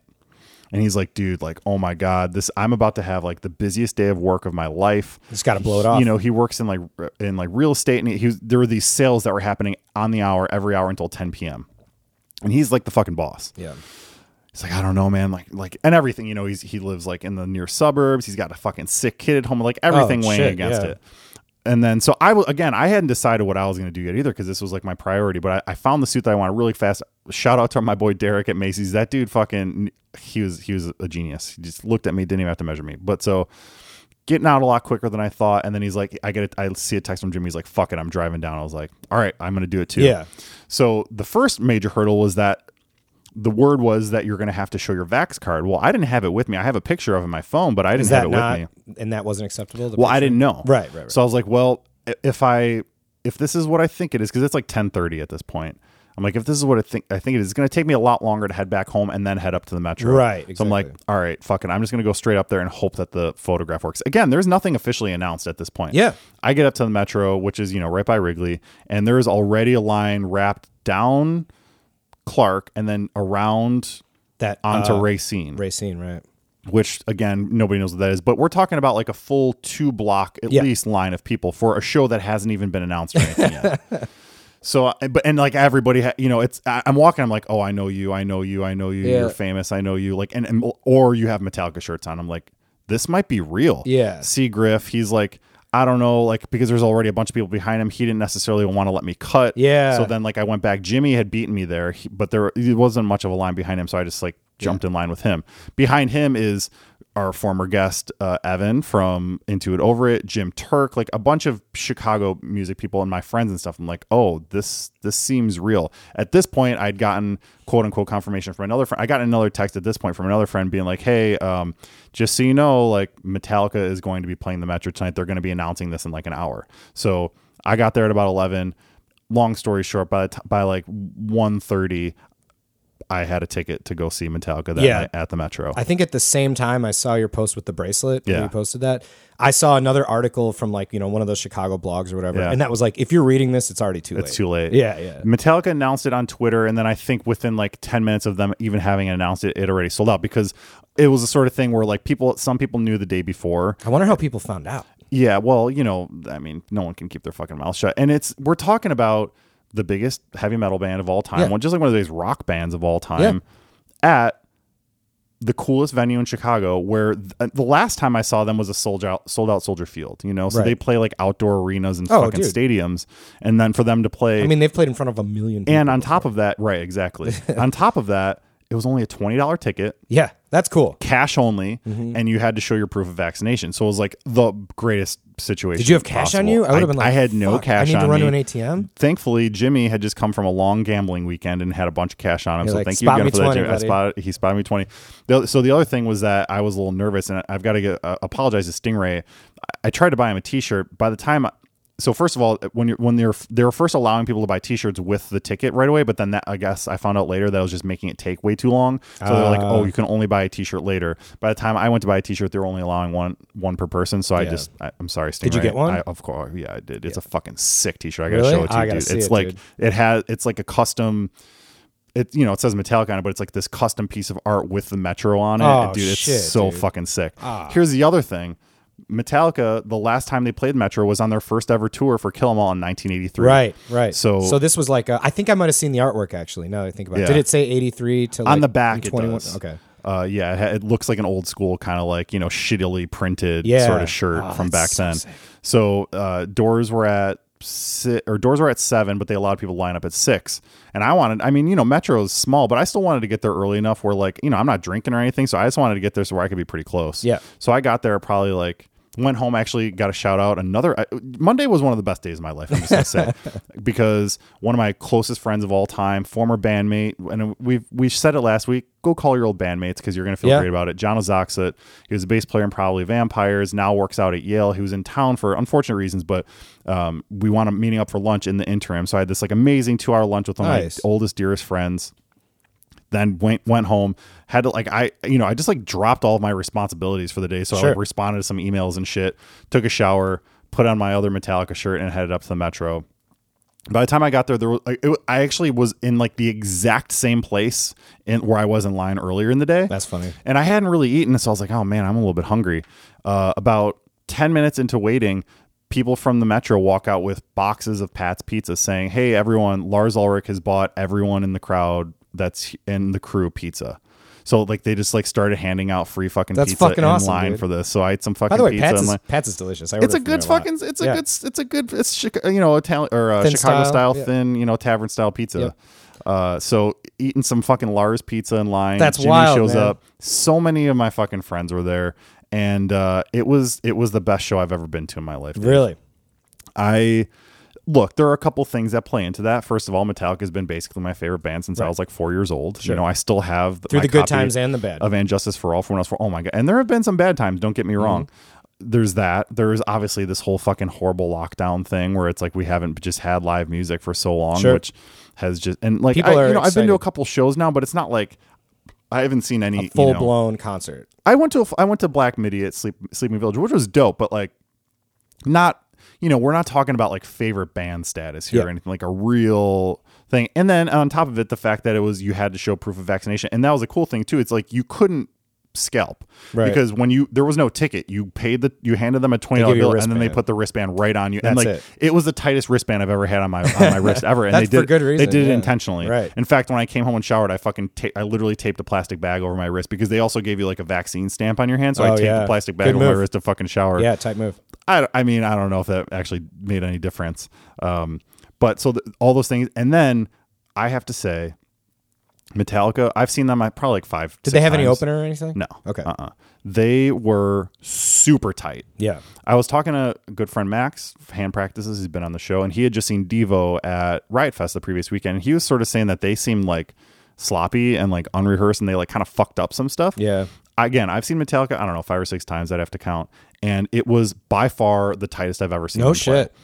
S2: And he's like, dude, like, oh my God, this, I'm about to have like the busiest day of work of my life.
S1: Just gotta blow it off.
S2: You know, he works in like, r- in like real estate and he was, there were these sales that were happening on the hour every hour until 10 PM. And he's like the fucking boss.
S1: Yeah.
S2: He's like, I don't know, man. Like, like, and everything, you know, he's, he lives like in the near suburbs. He's got a fucking sick kid at home, like everything weighing
S1: Oh, shit,
S2: against
S1: yeah.
S2: it. And then, so I will, again, I hadn't decided what I was going to do yet either because this was like my priority, but I, I found the suit that I wanted really fast. Shout out to my boy Derek at Macy's. That dude fucking, he was, he was a genius. He just looked at me, didn't even have to measure me. But so getting out a lot quicker than I thought. And then he's like, I get it. I see a text from Jimmy. He's like, fuck it. I'm driving down. I was like, all right, I'm going to do it too.
S1: Yeah.
S2: So the first major hurdle was that the word was that you're going to have to show your Vax card. Well, I didn't have it with me. I have a picture of it in my phone, but I didn't
S1: Is
S2: have
S1: that
S2: it
S1: not?
S2: with me.
S1: And that wasn't acceptable. the
S2: Well, I
S1: picture?
S2: didn't know.
S1: Right, right, right.
S2: So I was like, well, i- if I if this is what I think it is, because it's like 10:30 at this point. I'm like, if this is what I think I think it is, it's going to take me a lot longer to head back home and then head up to the metro.
S1: Right,
S2: So I'm like,
S1: exactly.
S2: all right, fuck it. I'm just going to go straight up there and hope that the photograph works. Again, there's nothing officially announced at this point.
S1: Yeah.
S2: I get up to the metro, which is you know right by Wrigley, and there is already a line wrapped down Clark and then around
S1: that
S2: onto
S1: uh,
S2: Racine
S1: Racine, right?
S2: which again nobody knows what that is but we're talking about like a full two block at
S1: Yeah.
S2: least line of people for a show that hasn't even been announced or anything yet
S1: <laughs>
S2: so I- but and like everybody ha- you know it's I, i'm walking i'm like oh i know you i know you i know you
S1: Yeah.
S2: you're famous i know you like and, and or you have metallica shirts on i'm like this might be real
S1: Yeah.
S2: see griff he's like I don't know, like because there's already a bunch of people behind him. He didn't necessarily want to let me cut.
S1: Yeah.
S2: So then, like, I went back. Jimmy had beaten me there, he- but there it wasn't much of a line behind him, so I just like jumped in line with him. Behind him is our former guest uh, Evan from Into It Over It, Jim Turk, like a bunch of Chicago music people and my friends and stuff. I'm like, oh, this this seems real. At this point, I'd gotten quote unquote confirmation from another friend. I got another text at this point from another friend being like, hey, um, just so you know, like Metallica is going to be playing the Metro tonight. They're going to be announcing this in like an hour. So I got there at about eleven long story short, by the t- by like 1.30, I had a ticket to go see Metallica that
S1: Yeah.
S2: night at the Metro.
S1: I think at the same time I saw your post with the bracelet. when
S2: Yeah.
S1: You posted that. I saw another article from like, you know, one of those Chicago blogs or whatever.
S2: Yeah.
S1: And that was like, if you're reading this, it's already too late.
S2: it's too late.
S1: Yeah, yeah.
S2: Metallica announced it on Twitter, and then I think within like ten minutes of them even having announced it, it already sold out because it was the sort of thing where like people, some people knew the day before,
S1: I wonder how people found out.
S2: Yeah, well, you know, I mean, no one can keep their fucking mouth shut. And it's we're talking about the biggest heavy metal band of all time,
S1: Yeah.
S2: one just like one of these rock bands of all time at the coolest venue in Chicago where th- uh, the last time I saw them was a sold out sold out Soldier Field, you know. So
S1: Right.
S2: they play like outdoor arenas and
S1: Oh,
S2: fucking
S1: dude.
S2: stadiums and then for them to play
S1: I mean, they've played in front of a million people.
S2: and on top of that,
S1: <laughs>
S2: right, exactly. on top of that, it was only a $20 ticket
S1: yeah, that's cool.
S2: cash only
S1: Mm-hmm.
S2: and you had to show your proof of vaccination. So it was like the greatest situation.
S1: Did you have cash on
S2: possible.
S1: you? I would have been like,
S2: I had no
S1: "Fuck,
S2: cash
S1: I need
S2: on
S1: to run
S2: me.
S1: to an ATM.
S2: Thankfully, Jimmy had just come from a long gambling weekend and had a bunch of cash on him. so
S1: like,
S2: thank you
S1: "Spot
S2: again
S1: me
S2: for that,
S1: 20,
S2: Jimmy. Uh, I
S1: buddy.
S2: spotted, he spotted me 20. The oth- so the other thing was that I was a little nervous and I- I've got to get, uh, apologize to Stingray. I, I tried to buy him a t-shirt. By the time I- so first of all, when you're when they're they were first allowing people to buy T-shirts with the ticket right away, but then that I guess I found out later that I was just making it take way too long. So they're like,
S1: Ah.
S2: oh, you can only buy a T-shirt later. By the time I went to buy a T-shirt, they were only allowing one one per person. So I
S1: Yeah.
S2: just I, I'm sorry, Stingray.
S1: you get one?
S2: I, of course, yeah, I did. It's a fucking sick T-shirt. I gotta
S1: Really?
S2: show it to
S1: I
S2: you,
S1: gotta
S2: dude.
S1: see
S2: It's
S1: it,
S2: like
S1: dude.
S2: it has it's like a custom it you know it says Metallica on it, but it's like this custom piece of art with the Metro on it.
S1: Oh,
S2: dude, it's
S1: shit,
S2: so
S1: dude. Ah.
S2: fucking sick. Here's the other thing. Metallica, the last time they played Metro was on their first ever tour for Kill 'Em All in 1983.
S1: Right, right.
S2: So-
S1: so this was like, a, I think I might have seen the artwork actually. Now that I think about it,
S2: Yeah.
S1: did it say eighty three to
S2: On
S1: like,
S2: the back, it
S1: 21?
S2: does.
S1: Okay,
S2: Uh, yeah, it, ha- it looks like an old school kind of like you know shittily printed
S1: Yeah.
S2: sort of shirt
S1: Oh,
S2: from
S1: that's
S2: back
S1: so
S2: then.
S1: sick.
S2: So uh, doors were at si- or doors were at seven, but they allowed people to line up at six. And I wanted, I mean, you know, Metro is small, but I still wanted to get there early enough where like you know I'm not drinking or anything, so I just wanted to get there so where I could be pretty close.
S1: Yeah.
S2: So I got there probably like Went home, actually got a shout out. Another I, Monday was one of the best days of my life. I'm just gonna say because one of my closest friends of all time, former bandmate, and we've we said it last week. Go call your old bandmates because you're gonna feel
S1: Yeah.
S2: great about it. John Ozoxit, he was a bass player in probably Vampires. Now works out at Yale. He was in town for unfortunate reasons, but um, we wound up meeting up for lunch in the interim. So I had this like amazing two hour lunch with one
S1: Nice.
S2: of my oldest dearest friends then went went home had to like i you know i just like dropped all of my responsibilities for the day so i
S1: Sure.
S2: like responded to some emails and shit took a shower put on my other metallica shirt and headed up to the metro by the time i got there there was like, it, wa- i actually was in like the exact same place in where i was in line earlier in the day
S1: That's funny.
S2: and I hadn't really eaten, so I was like, "Oh man, I'm a little bit hungry." Uh, about ten minutes into waiting, people from the metro walk out with boxes of Pat's Pizza, saying, "Hey, everyone! Lars Ulrich has bought everyone in the crowd that's in the crew pizza." So like they just like started handing out free fucking
S1: That's
S2: pizza
S1: fucking
S2: in
S1: awesome,
S2: line
S1: dude.
S2: for this. So I ate some fucking
S1: By the way,
S2: pizza.
S1: Pat's
S2: and
S1: is,
S2: like,
S1: Pat's is delicious. I
S2: it's
S1: order
S2: a
S1: from
S2: good
S1: there lot.
S2: fucking. It's a
S1: Yeah.
S2: good. It's a good. It's Chica- you know Italian or uh,
S1: Thin
S2: Chicago style,
S1: style, yeah.
S2: thin you know tavern style pizza. Uh, so eating some fucking Lars pizza in line.
S1: That's
S2: Jimmy
S1: wild,
S2: Shows
S1: man.
S2: up. So many of my fucking friends were there, and uh, it was it was the best show I've ever been to in my life.
S1: Really?
S2: I look, there are a couple things that play into that. First of all, Metallica has been basically my favorite band since I was like four years old. You know, I still have
S1: Through
S2: my
S1: the good
S2: copy
S1: times and the bad.
S2: of "And Justice for All" from when I was four. Oh my god! And there have been some bad times. Don't get me wrong.
S1: Mm-hmm.
S2: There's that. There's obviously this whole fucking horrible lockdown thing where it's like we haven't just had live music for so long,
S1: Sure.
S2: which has just and like
S1: People
S2: I,
S1: are
S2: you know I've been to a
S1: excited.
S2: couple shows now, but it's not like. I haven't seen any you
S1: Full
S2: know-
S1: blown concert.
S2: I went to a, I went to Black Midi at Sleep, Sleeping Village, which was dope, but like not you know we're not talking about like favorite band status here or
S1: Yeah.
S2: anything like a real thing. And then on top of it, the fact that it was you had to show proof of vaccination, and that was a cool thing too. It's like you couldn't scalp
S1: Right.
S2: because when you there was no ticket you paid the you handed them a $20
S1: give you a
S2: bill and then they
S1: wristband.
S2: put the wristband right on you and
S1: That's
S2: like
S1: it.
S2: was the tightest wristband i've ever had on my on my
S1: <laughs>
S2: wrist ever and
S1: That's
S2: they did
S1: for good reason,
S2: they did it
S1: yeah.
S2: intentionally
S1: Right.
S2: in fact, when I came home and showered, I fucking ta- I literally taped a plastic bag over my wrist because they also gave you like a vaccine stamp on your hand, so I
S1: Oh,
S2: taped
S1: yeah.
S2: a plastic bag
S1: Good
S2: over my
S1: move.
S2: wrist to fucking shower.
S1: Yeah, tight move.
S2: I, I mean, I don't know if that actually made any difference. Um, but so th- all those things, and then I have to say, Metallica. I've seen them. I probably like five.
S1: Did they have any opener or anything?
S2: No.
S1: Okay.
S2: Uh-uh. They were super tight.
S1: Yeah.
S2: I was talking to a good friend Max, hand practices. He's been on the show, and he had just seen Devo at Riot Fest the previous weekend. And he was sort of saying that they seemed like sloppy and like unrehearsed, and they like kind of fucked up some stuff.
S1: Yeah.
S2: Again, I've seen Metallica. I don't know five or six times. I'd have to count, and it was by far the tightest I've ever seen.
S1: No
S2: them play.
S1: Oh, shit.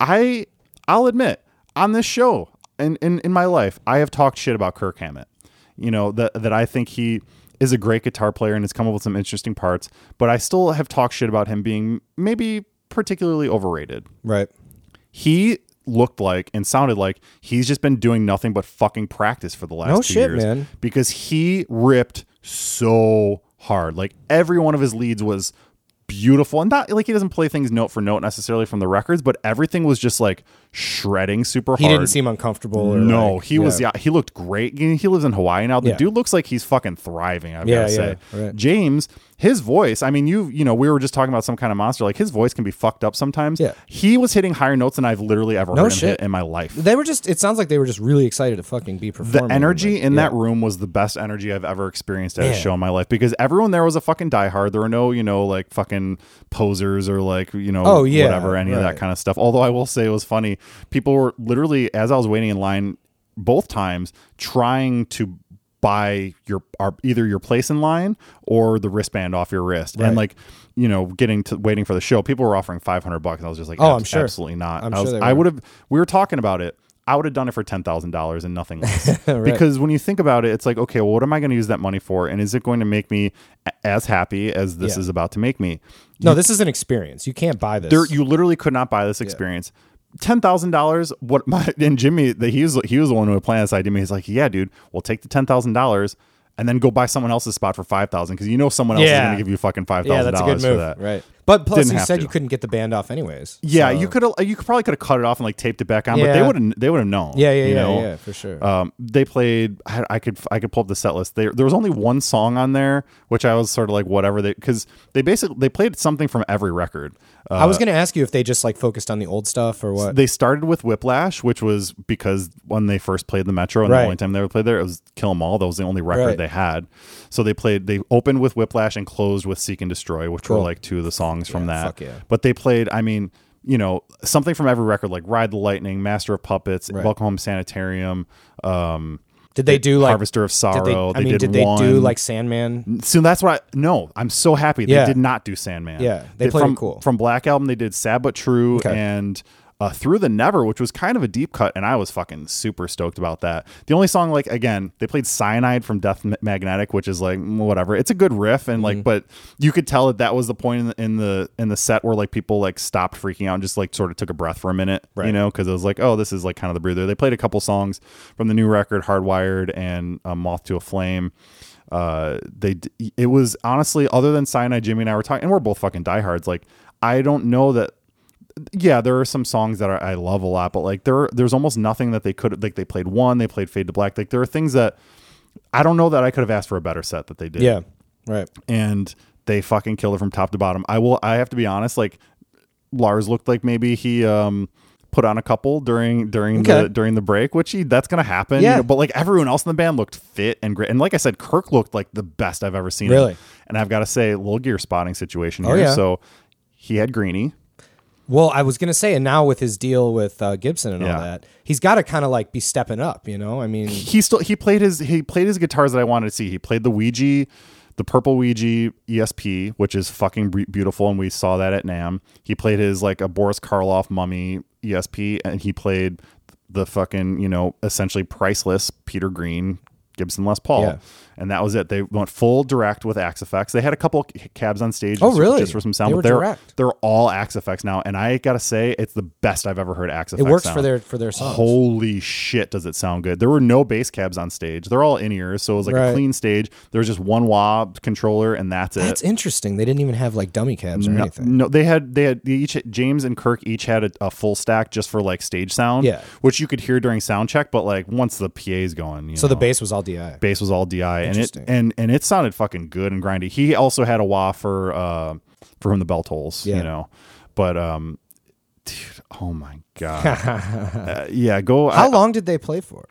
S2: I I'll admit on this show and in, in, my life I have talked shit about Kirk Hammett. You know that that I think he is a great guitar player and has come up with some interesting parts, but I still have talked shit about him being maybe particularly overrated.
S1: Right.
S2: He looked like and sounded like he's just been doing nothing but fucking practice for the last
S1: No
S2: two
S1: shit,
S2: years
S1: man.
S2: because he ripped so hard. Like every one of his leads was beautiful and not like he doesn't play things note for note necessarily from the records, but everything was just like shredding super
S1: He
S2: hard.
S1: didn't seem uncomfortable. Or
S2: no,
S1: like-
S2: he was yeah, he looked great. He he lives in Hawaii now. The
S1: Yeah.
S2: dude looks like he's fucking thriving, I've
S1: Yeah,
S2: got to say.
S1: yeah, right.
S2: James, his voice, I mean, you you know, we were just talking about some kind of monster. Like his voice can be fucked up sometimes.
S1: Yeah.
S2: He was hitting higher notes than I've literally ever
S1: No
S2: heard him
S1: shit.
S2: hit in my life.
S1: They were just. It sounds like they were just really excited to fucking be
S2: The
S1: performing.
S2: energy
S1: Like,
S2: in
S1: yeah.
S2: that room was the best energy I've ever experienced at a
S1: Man.
S2: show in my life because everyone there was a fucking diehard. There were no, you know, like fucking posers or like, you know,
S1: Oh, yeah,
S2: whatever, any of that
S1: right.
S2: kind of stuff. Although I will say it was funny. People were literally, as I was waiting in line both times, trying to buy your our, either your place in line or the wristband off your wrist and
S1: Right.
S2: like you know getting to waiting for the show people were offering 500 bucks and i was just like
S1: Oh,
S2: "Abs-
S1: I'm sure.
S2: absolutely not
S1: I'm
S2: I
S1: sure
S2: was-
S1: they
S2: i
S1: were.
S2: would have we were talking about it i would have done it for $10000 and nothing
S1: <laughs>
S2: less
S1: Right.
S2: because when you think about it it's like okay well what am i going to use that money for and is it going to make me a- as happy as this
S1: Yeah.
S2: is about to make me
S1: No, this is an experience. You can't buy this.
S2: there you literally could not buy this experience Ten thousand dollars. What <laughs> my and Jimmy, the, he was he was the one who had planned this idea. He's like, yeah, dude, we'll take the ten thousand dollars and then go buy someone else's spot for five thousand because you know someone else is
S1: Yeah.
S2: going to give you fucking five
S1: yeah,
S2: thousand
S1: that's a good
S2: dollars for
S1: move.
S2: that.
S1: Right. But plus,
S2: Didn't
S1: you
S2: have
S1: said
S2: to.
S1: you couldn't get the band off anyways.
S2: Yeah, you could you could probably could have cut it off and like taped it back on, but they
S1: Yeah.
S2: would have they would have known.
S1: Yeah, yeah,
S2: you
S1: yeah,
S2: know?
S1: yeah, for sure.
S2: Um, they played. I, I could I could pull up the set list. There there was only one song on there, which I was sort of like whatever they because they basically they played something from every record. Uh,
S1: I was going to ask you if they just like focused on the old stuff or what.
S2: they started with Whiplash, which was because when they first played the Metro and the
S1: Right.
S2: only time they ever played there, it was Kill 'Em All. That was the only record
S1: Right.
S2: they had. So they played. They opened with Whiplash and closed with Seek and Destroy, which were like two of the songs songs from that.
S1: fuck yeah.
S2: But they played, I mean, you know, something from every record like Ride the Lightning, Master of Puppets, Welcome Home Sanitarium, um,
S1: Did they do like
S2: Harvester of
S1: Did they,
S2: Sorrow.
S1: I mean,
S2: did,
S1: did, they do
S2: one.
S1: like Sandman?
S2: So that's why. No, I'm so happy they
S1: Yeah.
S2: did not do Sandman.
S1: Yeah, they played it
S2: from,
S1: cool.
S2: From Black Album, they did Sad But True
S1: Okay.
S2: and uh, Through the Never, which was kind of a deep cut, and I was fucking super stoked about that. The only song, like again, they played Cyanide from Death Ma- Magnetic, which is like mm, whatever. It's a good riff, and
S1: Mm-hmm.
S2: like, but you could tell that that was the point in the in the, in the set where like people like stopped freaking out and just like sort of took a breath for a minute, you
S1: Right.
S2: know, because it was like, oh, this is like kind of the breather. They played a couple songs from the new record, Hardwired and uh, Moth to a Flame uh they d- it was honestly other than cyanide jimmy and i were talking and we're both fucking diehards like i don't know that yeah there are some songs that I, I love a lot but like there there's almost nothing that they could like they played one they played fade to black like there are things that i don't know that i could have asked for a better set that they did
S1: Yeah, right.
S2: and they fucking killed it from top to bottom. I will. I have to be honest. Like Lars looked like maybe he um put on a couple during during the
S1: Okay.
S2: during the break, which he, that's gonna happen. you
S1: Yeah.
S2: know, but like everyone else in the band looked fit and great. And like I said, Kirk looked like the best I've ever seen. him.
S1: Really?
S2: And I've got to say, little gear spotting situation
S1: Oh,
S2: here.
S1: yeah.
S2: So he had Greeny.
S1: Well, I was gonna say, and now with his deal with uh, Gibson and
S2: Yeah.
S1: all that, he's got to kind of like be stepping up. You know, I mean,
S2: he still he played his he played his guitars that I wanted to see. He played the Ouija, the purple Ouija ESP, which is fucking be- beautiful, and we saw that at Nam. He played his like a Boris Karloff mummy ESP, and he played the fucking you know essentially priceless Peter Green Gibson Les Paul,
S1: Yeah.
S2: and that was it. They went full direct with Axe Effects. They had a couple c- cabs on stage.
S1: Oh,
S2: just-
S1: really?
S2: Just for some sound,
S1: They
S2: but
S1: were
S2: they're
S1: direct.
S2: they're all Axe Effects now, and I gotta say it's the best I've ever heard Axe
S1: it
S2: Effects.
S1: works for
S2: sound.
S1: their for their songs.
S2: Holy shit, does it sound good? There were no bass cabs on stage. They're all in ears, so it was like a
S1: Right.
S2: clean stage. There was just one wah controller, and that's,
S1: That's
S2: it.
S1: interesting. They didn't even have like dummy cabs or
S2: No,
S1: anything.
S2: no, they had they had they each James and Kirk each had a, a full stack just for like stage sound,
S1: Yeah.
S2: which you could hear during sound check. But like once the PA's going, you
S1: So
S2: know,
S1: the bass was all DI.
S2: bass was all DI, and it
S1: Interesting.
S2: and and it sounded fucking good and grindy. He also had a wah for uh for whom the bell tolls, you
S1: Yeah.
S2: know, but um, dude, oh my god,
S1: <laughs>
S2: Uh, yeah, go I-
S1: How long did they play for?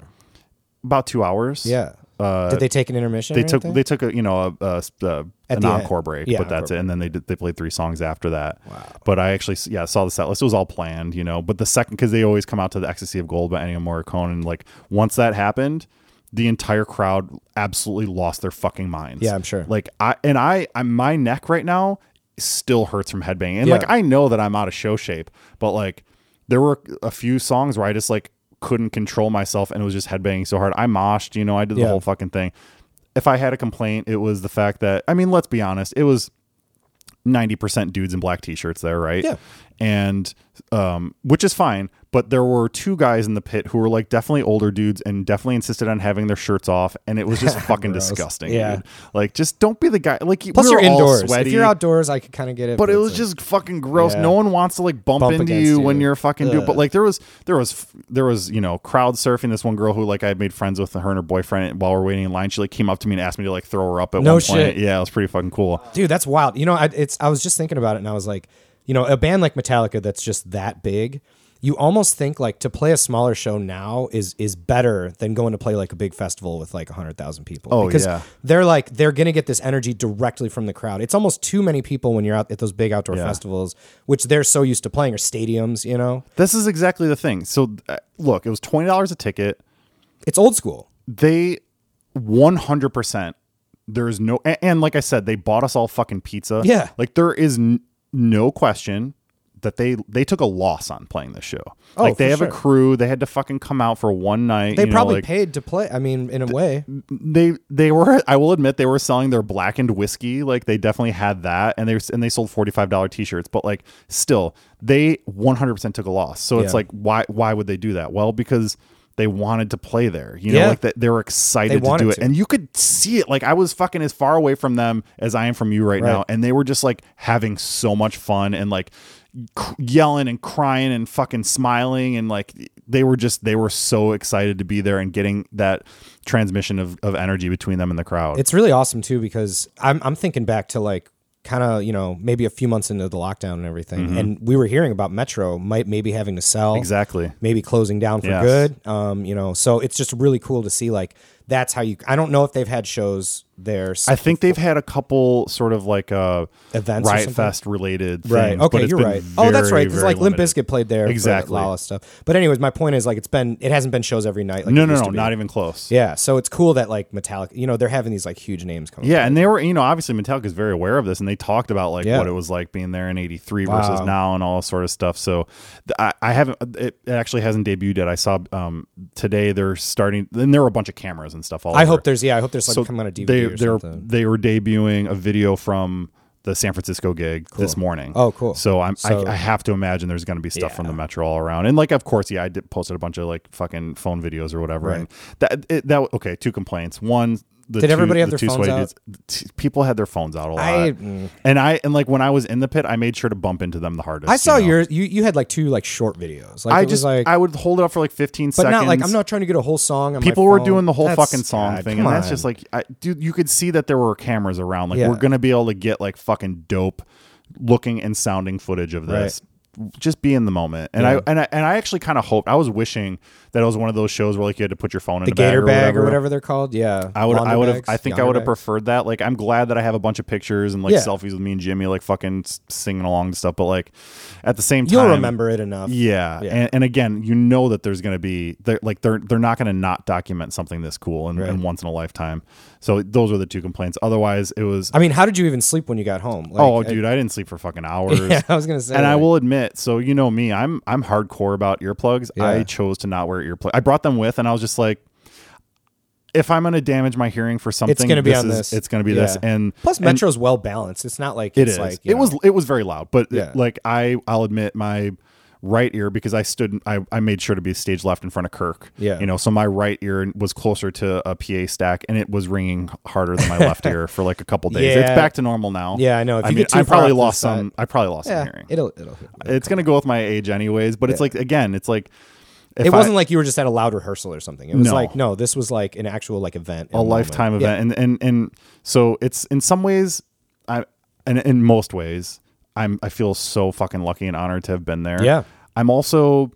S2: about two hours,
S1: Yeah.
S2: Uh,
S1: did they take an intermission?
S2: they
S1: or
S2: took
S1: anything?
S2: they took a you know a, a, a
S1: At
S2: an
S1: the
S2: encore
S1: end.
S2: break,
S1: Yeah,
S2: but that's
S1: encore
S2: it. And then they did, they played three songs after that. Wow. But I actually s- yeah saw the set list. It was all planned, you know. But the second because they always come out to the Ecstasy of Gold by Ennio Morricone, and like once that happened, the entire crowd absolutely lost their fucking minds.
S1: Yeah, I'm sure.
S2: Like I and I I my neck right now still hurts from headbanging, and
S1: Yeah.
S2: like I know that I'm out of show shape, but like there were a few songs where I just like couldn't control myself and it was just headbanging so hard. I moshed, you know, I did the
S1: Yeah.
S2: whole fucking thing if I had a complaint, it was the fact that I mean, let's be honest, it was ninety percent dudes in black t-shirts there, right?
S1: Yeah.
S2: And um, which is fine, but there were two guys in the pit who were like definitely older dudes and definitely insisted on having their shirts off, and it
S1: <laughs>
S2: was just fucking disgusting.
S1: Yeah.
S2: dude. Like, just don't be the guy. Like,
S1: Plus,
S2: we were
S1: you're
S2: all
S1: indoors.
S2: Sweaty,
S1: If you're outdoors, I could kind of get it.
S2: but it was
S1: it's
S2: just fucking gross.
S1: Yeah.
S2: No one wants to like bump,
S1: Bump
S2: into
S1: against
S2: you
S1: you.
S2: when you're a fucking dude.
S1: Ugh.
S2: But like there was there was there was you know crowd surfing. This one girl who like I had made friends with her and her boyfriend while we are waiting in line. She like came up to me and asked me to like throw her up at
S1: No
S2: one point.
S1: shit.
S2: Yeah, it was pretty fucking cool.
S1: a- dude, that's wild. You know, I, it's. I was just thinking about it, and I was like, you know, a band like Metallica that's just that big, you almost think like to play a smaller show now is is better than going to play like a big festival with like hundred thousand people.
S2: Oh,
S1: because
S2: yeah.
S1: they're like they're gonna get this energy directly from the crowd. It's almost too many people when you're out at those big outdoor festivals, which they're so used to playing or stadiums. You know,
S2: This is exactly the thing. So uh, look, it was twenty dollars a ticket.
S1: it's old school.
S2: They one hundred percent. There is no and, and like I said, they bought us all fucking pizza.
S1: Yeah.
S2: like there is n- no question that they they took a loss on playing this show.
S1: Oh,
S2: like they
S1: for
S2: have a
S1: sure.
S2: crew. They had to fucking come out for one night.
S1: They
S2: you know,
S1: probably
S2: like-
S1: paid to play. I mean, in a way,
S2: they they were <laughs> I will admit they were selling their blackened whiskey like they definitely had that and they and they sold forty five dollar t shirts but like still they one hundred percent took a loss so it's
S1: Yeah.
S2: like why why would they do that well because they wanted to play there you know
S1: Yeah.
S2: like that they were excited
S1: They
S2: to do
S1: wanted
S2: it
S1: to.
S2: and you could see it like I was fucking as far away from them as I am from you right, now
S1: Right.
S2: and they were just like having so much fun and like c- yelling and crying and fucking smiling and like they were just they were so excited to be there and getting that transmission of, of energy between them and the crowd
S1: It's really awesome too because I'm I'm thinking back to like kind of you know maybe a few months into the lockdown and everything,
S2: Mm-hmm.
S1: and we were hearing about Metro might maybe having to sell
S2: exactly
S1: maybe closing down for
S2: Yes.
S1: good. Um, you know, so it's just really cool to see like that's how you. I don't know if they've had shows their
S2: I think they've had a couple sort of like uh,
S1: Events or
S2: Riot
S1: something?
S2: Fest related things.
S1: Right.
S2: but
S1: Okay,
S2: it's
S1: you're
S2: been
S1: right. oh, that's
S2: very,
S1: right. Because
S2: very
S1: like Limp
S2: limited.
S1: Bizkit played there
S2: Exactly.
S1: for Lala stuff. But anyways, my point is like it's been it hasn't been shows every night. Like
S2: No,
S1: it
S2: no,
S1: used
S2: no,
S1: to be.
S2: not even close. Yeah.
S1: Yeah, so it's cool that like Metallica, you know, they're having these like huge names coming.
S2: and they were, you know, obviously Metallica's very aware of this, and they talked about like
S1: Yeah.
S2: what it was like being there in '83 versus
S1: Wow.
S2: now, and all sort of stuff. So, th- I, I haven't. It, it actually hasn't debuted yet. I saw um, today they're starting, and there were a bunch of cameras and stuff. All
S1: I
S2: over.
S1: hope there's yeah, I hope there's like coming on a DVD
S2: they
S1: or
S2: they're
S1: something.
S2: they were debuting a video from the San Francisco gig this morning.
S1: Oh, cool.
S2: So I'm
S1: So-
S2: I, I have to imagine there's going to be stuff from
S1: Yeah.
S2: the Metro all around, and like of course, yeah, I did posted a bunch of like fucking phone videos or whatever, and that it, that okay. Two complaints. One. The
S1: Did
S2: two,
S1: everybody have their
S2: the two
S1: phones
S2: sway
S1: out?
S2: dudes- t- people had their phones out a lot,
S1: I- mm.
S2: and I and like when I was in the pit, I made sure to bump into them the hardest.
S1: I saw
S2: you know?
S1: your you you had like two like short videos. Like
S2: I
S1: it was,
S2: just
S1: like
S2: I would hold it up for like 15
S1: but
S2: seconds.
S1: not like I'm not trying to get a whole song. On my
S2: people were
S1: phone.
S2: doing the whole
S1: That's-
S2: fucking song
S1: God,
S2: thing,
S1: come
S2: and that's
S1: on.
S2: just like, I, dude, you could see that there were cameras around. Like,
S1: Yeah.
S2: we're gonna be able to get like fucking dope looking and sounding footage of this. Just be in the moment, and I and I and I actually kind of hoped. I was wishing that it was one of those shows where like you had to put your phone in
S1: the
S2: a bag
S1: gator
S2: or
S1: bag
S2: whatever.
S1: or whatever they're called. Yeah,
S2: I would, I
S1: Launder
S2: would have,
S1: bags,
S2: I think I
S1: yonder
S2: would have
S1: bags.
S2: preferred that. Like, I'm glad that I have a bunch of pictures and like
S1: Yeah.
S2: selfies with me and Jimmy, like fucking s- singing along to stuff. But like, at the same time,
S1: You'll remember it enough.
S2: yeah,
S1: Yeah.
S2: And, and again, you know that there's going to be they're, like they're they're not going to not document something this cool and, and once in a lifetime. So those were the two complaints. Otherwise, it was
S1: I mean, how did you even sleep when you got home? Like,
S2: oh
S1: I-
S2: dude, I, didn't sleep for fucking hours.
S1: <laughs> yeah, I was gonna say,
S2: and I
S1: like,
S2: will admit, so you know me, I'm I'm hardcore about earplugs. I
S1: Yeah.
S2: chose to not wear earplugs. I brought them with, and I was just like. If I'm going to damage my hearing for something,
S1: gonna be on
S2: is,
S1: this.
S2: It's going to be this,
S1: Yeah.
S2: and
S1: Plus,
S2: and-
S1: Metro's well balanced. It's not like
S2: it
S1: it's
S2: is.
S1: Like, you
S2: it
S1: know,
S2: was. It was very loud, but it-
S1: Yeah.
S2: like I, I'll admit my right ear because I stood. I, I made sure to be stage left in front of Kirk.
S1: Yeah.
S2: You know, so my right ear was closer to a PA stack, and it was ringing harder than my left ear for like a couple days. It's
S1: <laughs> Yeah.
S2: back to normal now.
S1: Yeah, I know. If
S2: I
S1: you
S2: mean,
S1: get too
S2: I
S1: far off
S2: probably
S1: to the
S2: lost
S1: side-
S2: some. I probably lost some
S1: yeah,
S2: hearing.
S1: it'll it'll. hit.
S2: it's gonna go with my age anyways, but it's like again, it's like if
S1: It
S2: I-
S1: wasn't like you were just at a loud rehearsal or something. It was
S2: No.
S1: like no, this was like an actual like event,
S2: a lifetime event and and and so it's in some ways i and in most ways i'm i feel so fucking lucky and honored to have been there
S1: Yeah.
S2: i'm also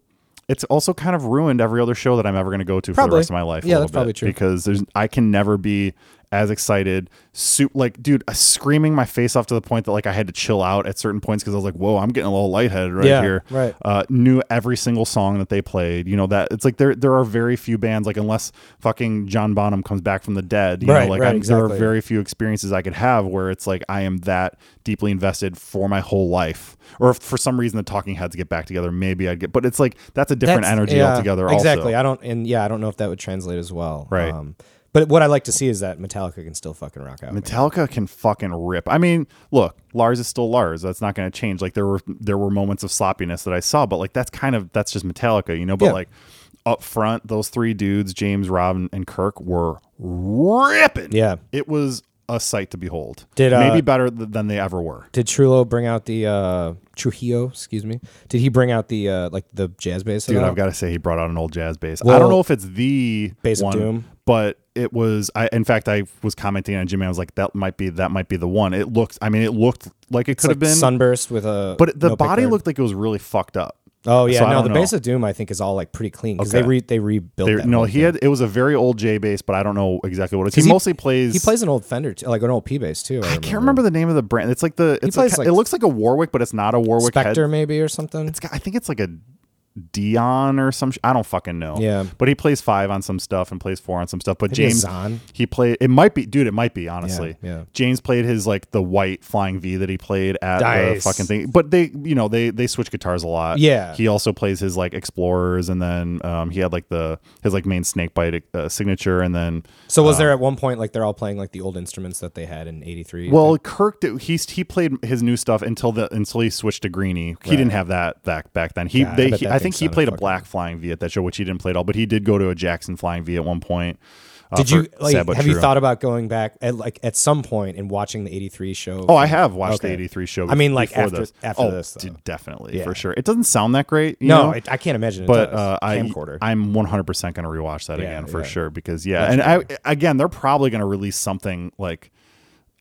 S2: it's also kind of ruined every other show that i'm ever going to go to for the
S1: Probably.
S2: rest of my life a
S1: Yeah,
S2: little
S1: that's probably
S2: bit
S1: true.
S2: because there's i can never be as excited soup like dude uh, screaming my face off to the point that like i had to chill out at certain points because i was like whoa i'm getting a little lightheaded right
S1: Yeah,
S2: here
S1: right.
S2: uh, knew every single song that they played. You know that it's like there there are very few bands like unless fucking John Bonham comes back from the dead. You
S1: Right,
S2: know, like
S1: right,
S2: I'm- there
S1: exactly.
S2: are very few experiences I could have where it's like I am that deeply invested for my whole life. Or if for some reason the Talking Heads get back together, maybe I'd get. But it's like that's a different energy altogether.
S1: Exactly.
S2: Also.
S1: I don't and yeah, I don't know if that would translate as well. Um,
S2: Right.
S1: but what I like to see is that Metallica can still fucking rock out. man.
S2: Metallica can fucking rip. I mean, look, Lars is still Lars. That's not going to change. Like there were there were moments of sloppiness that I saw, but like that's kind of that's just Metallica, you know. But
S1: Yeah.
S2: like up front, those three dudes, James, Rob, and Kirk, were ripping.
S1: Yeah.
S2: it was a sight to behold.
S1: Did, uh,
S2: maybe better th- than they ever were.
S1: Did Trullo bring out the uh Trujillo, excuse me? Did he bring out the uh like the jazz bass? at
S2: Dude,
S1: all?
S2: I've got to say, he brought out an old jazz bass. I
S1: Uh, Well,
S2: don't know if it's the
S1: Bass of
S2: one,
S1: Doom.
S2: but it was. I in fact, I was commenting on Jimmy. I was like, that might be that might be the one. It looked. I mean, it looked like it could
S1: It's
S2: have
S1: like
S2: been
S1: sunburst with a
S2: But the
S1: no
S2: body
S1: pickguard.
S2: looked like it was really fucked up.
S1: Oh yeah,
S2: so I
S1: no,
S2: don't
S1: the
S2: know.
S1: bass of Doom I think is all like pretty clean because
S2: Okay.
S1: they re they rebuilt
S2: There-
S1: that
S2: no,
S1: whole
S2: he had it was a very old J bass, but I don't know exactly what it is. He,
S1: 'Cause he-
S2: mostly plays.
S1: He plays an old Fender, too, like an old P bass too. I,
S2: I can't remember the name of the brand. It's like the. It's like,
S1: plays, like,
S2: it looks like a Warwick, but it's not a Warwick. head.
S1: Spectre maybe or something.
S2: It's got- I think it's like a Dion or some. Sh- I don't fucking know.
S1: Yeah.
S2: but he plays five on some stuff and plays four on some stuff. But
S1: Maybe a
S2: James,
S1: Zahn?
S2: he played. It might be, dude. It might be honestly.
S1: Yeah, yeah.
S2: James played his like the white flying V that he played at the
S1: Nice.
S2: fucking thing. But they, you know, they they switch guitars a lot.
S1: Yeah.
S2: He also plays his like Explorers, and then um, he had like the his like main Snakebite uh, signature, and then
S1: So
S2: uh,
S1: was there at one point like they're all playing like the old instruments that they had in '83?
S2: Well, Kirk did, he he played his new stuff until the until he switched to Greeny. He didn't have that back back then. He
S1: I
S2: they I,
S1: bet
S2: he,
S1: that
S2: I
S1: thing
S2: think he
S1: sounded
S2: played a
S1: fucking-
S2: black flying V at that show, which he didn't play at all. But he did go to a Jackson flying V at one point. uh,
S1: Did
S2: for
S1: you like?
S2: Sad
S1: Have
S2: But
S1: you
S2: True.
S1: thought about going back at like at some point and watching the '83 show?
S2: Oh, I have watched the
S1: Okay.
S2: '83 show.
S1: I mean, like,
S2: before
S1: after-
S2: this.
S1: after
S2: oh,
S1: this, though.
S2: dude, definitely
S1: Yeah.
S2: for sure. It doesn't sound that great. You
S1: no,
S2: know?
S1: it, I can't imagine. It
S2: but
S1: does.
S2: uh, I
S1: camcorder.
S2: I'm 100 percent going to rewatch that
S1: Yeah,
S2: again for
S1: yeah.
S2: sure because yeah, and I again they're probably going to release something like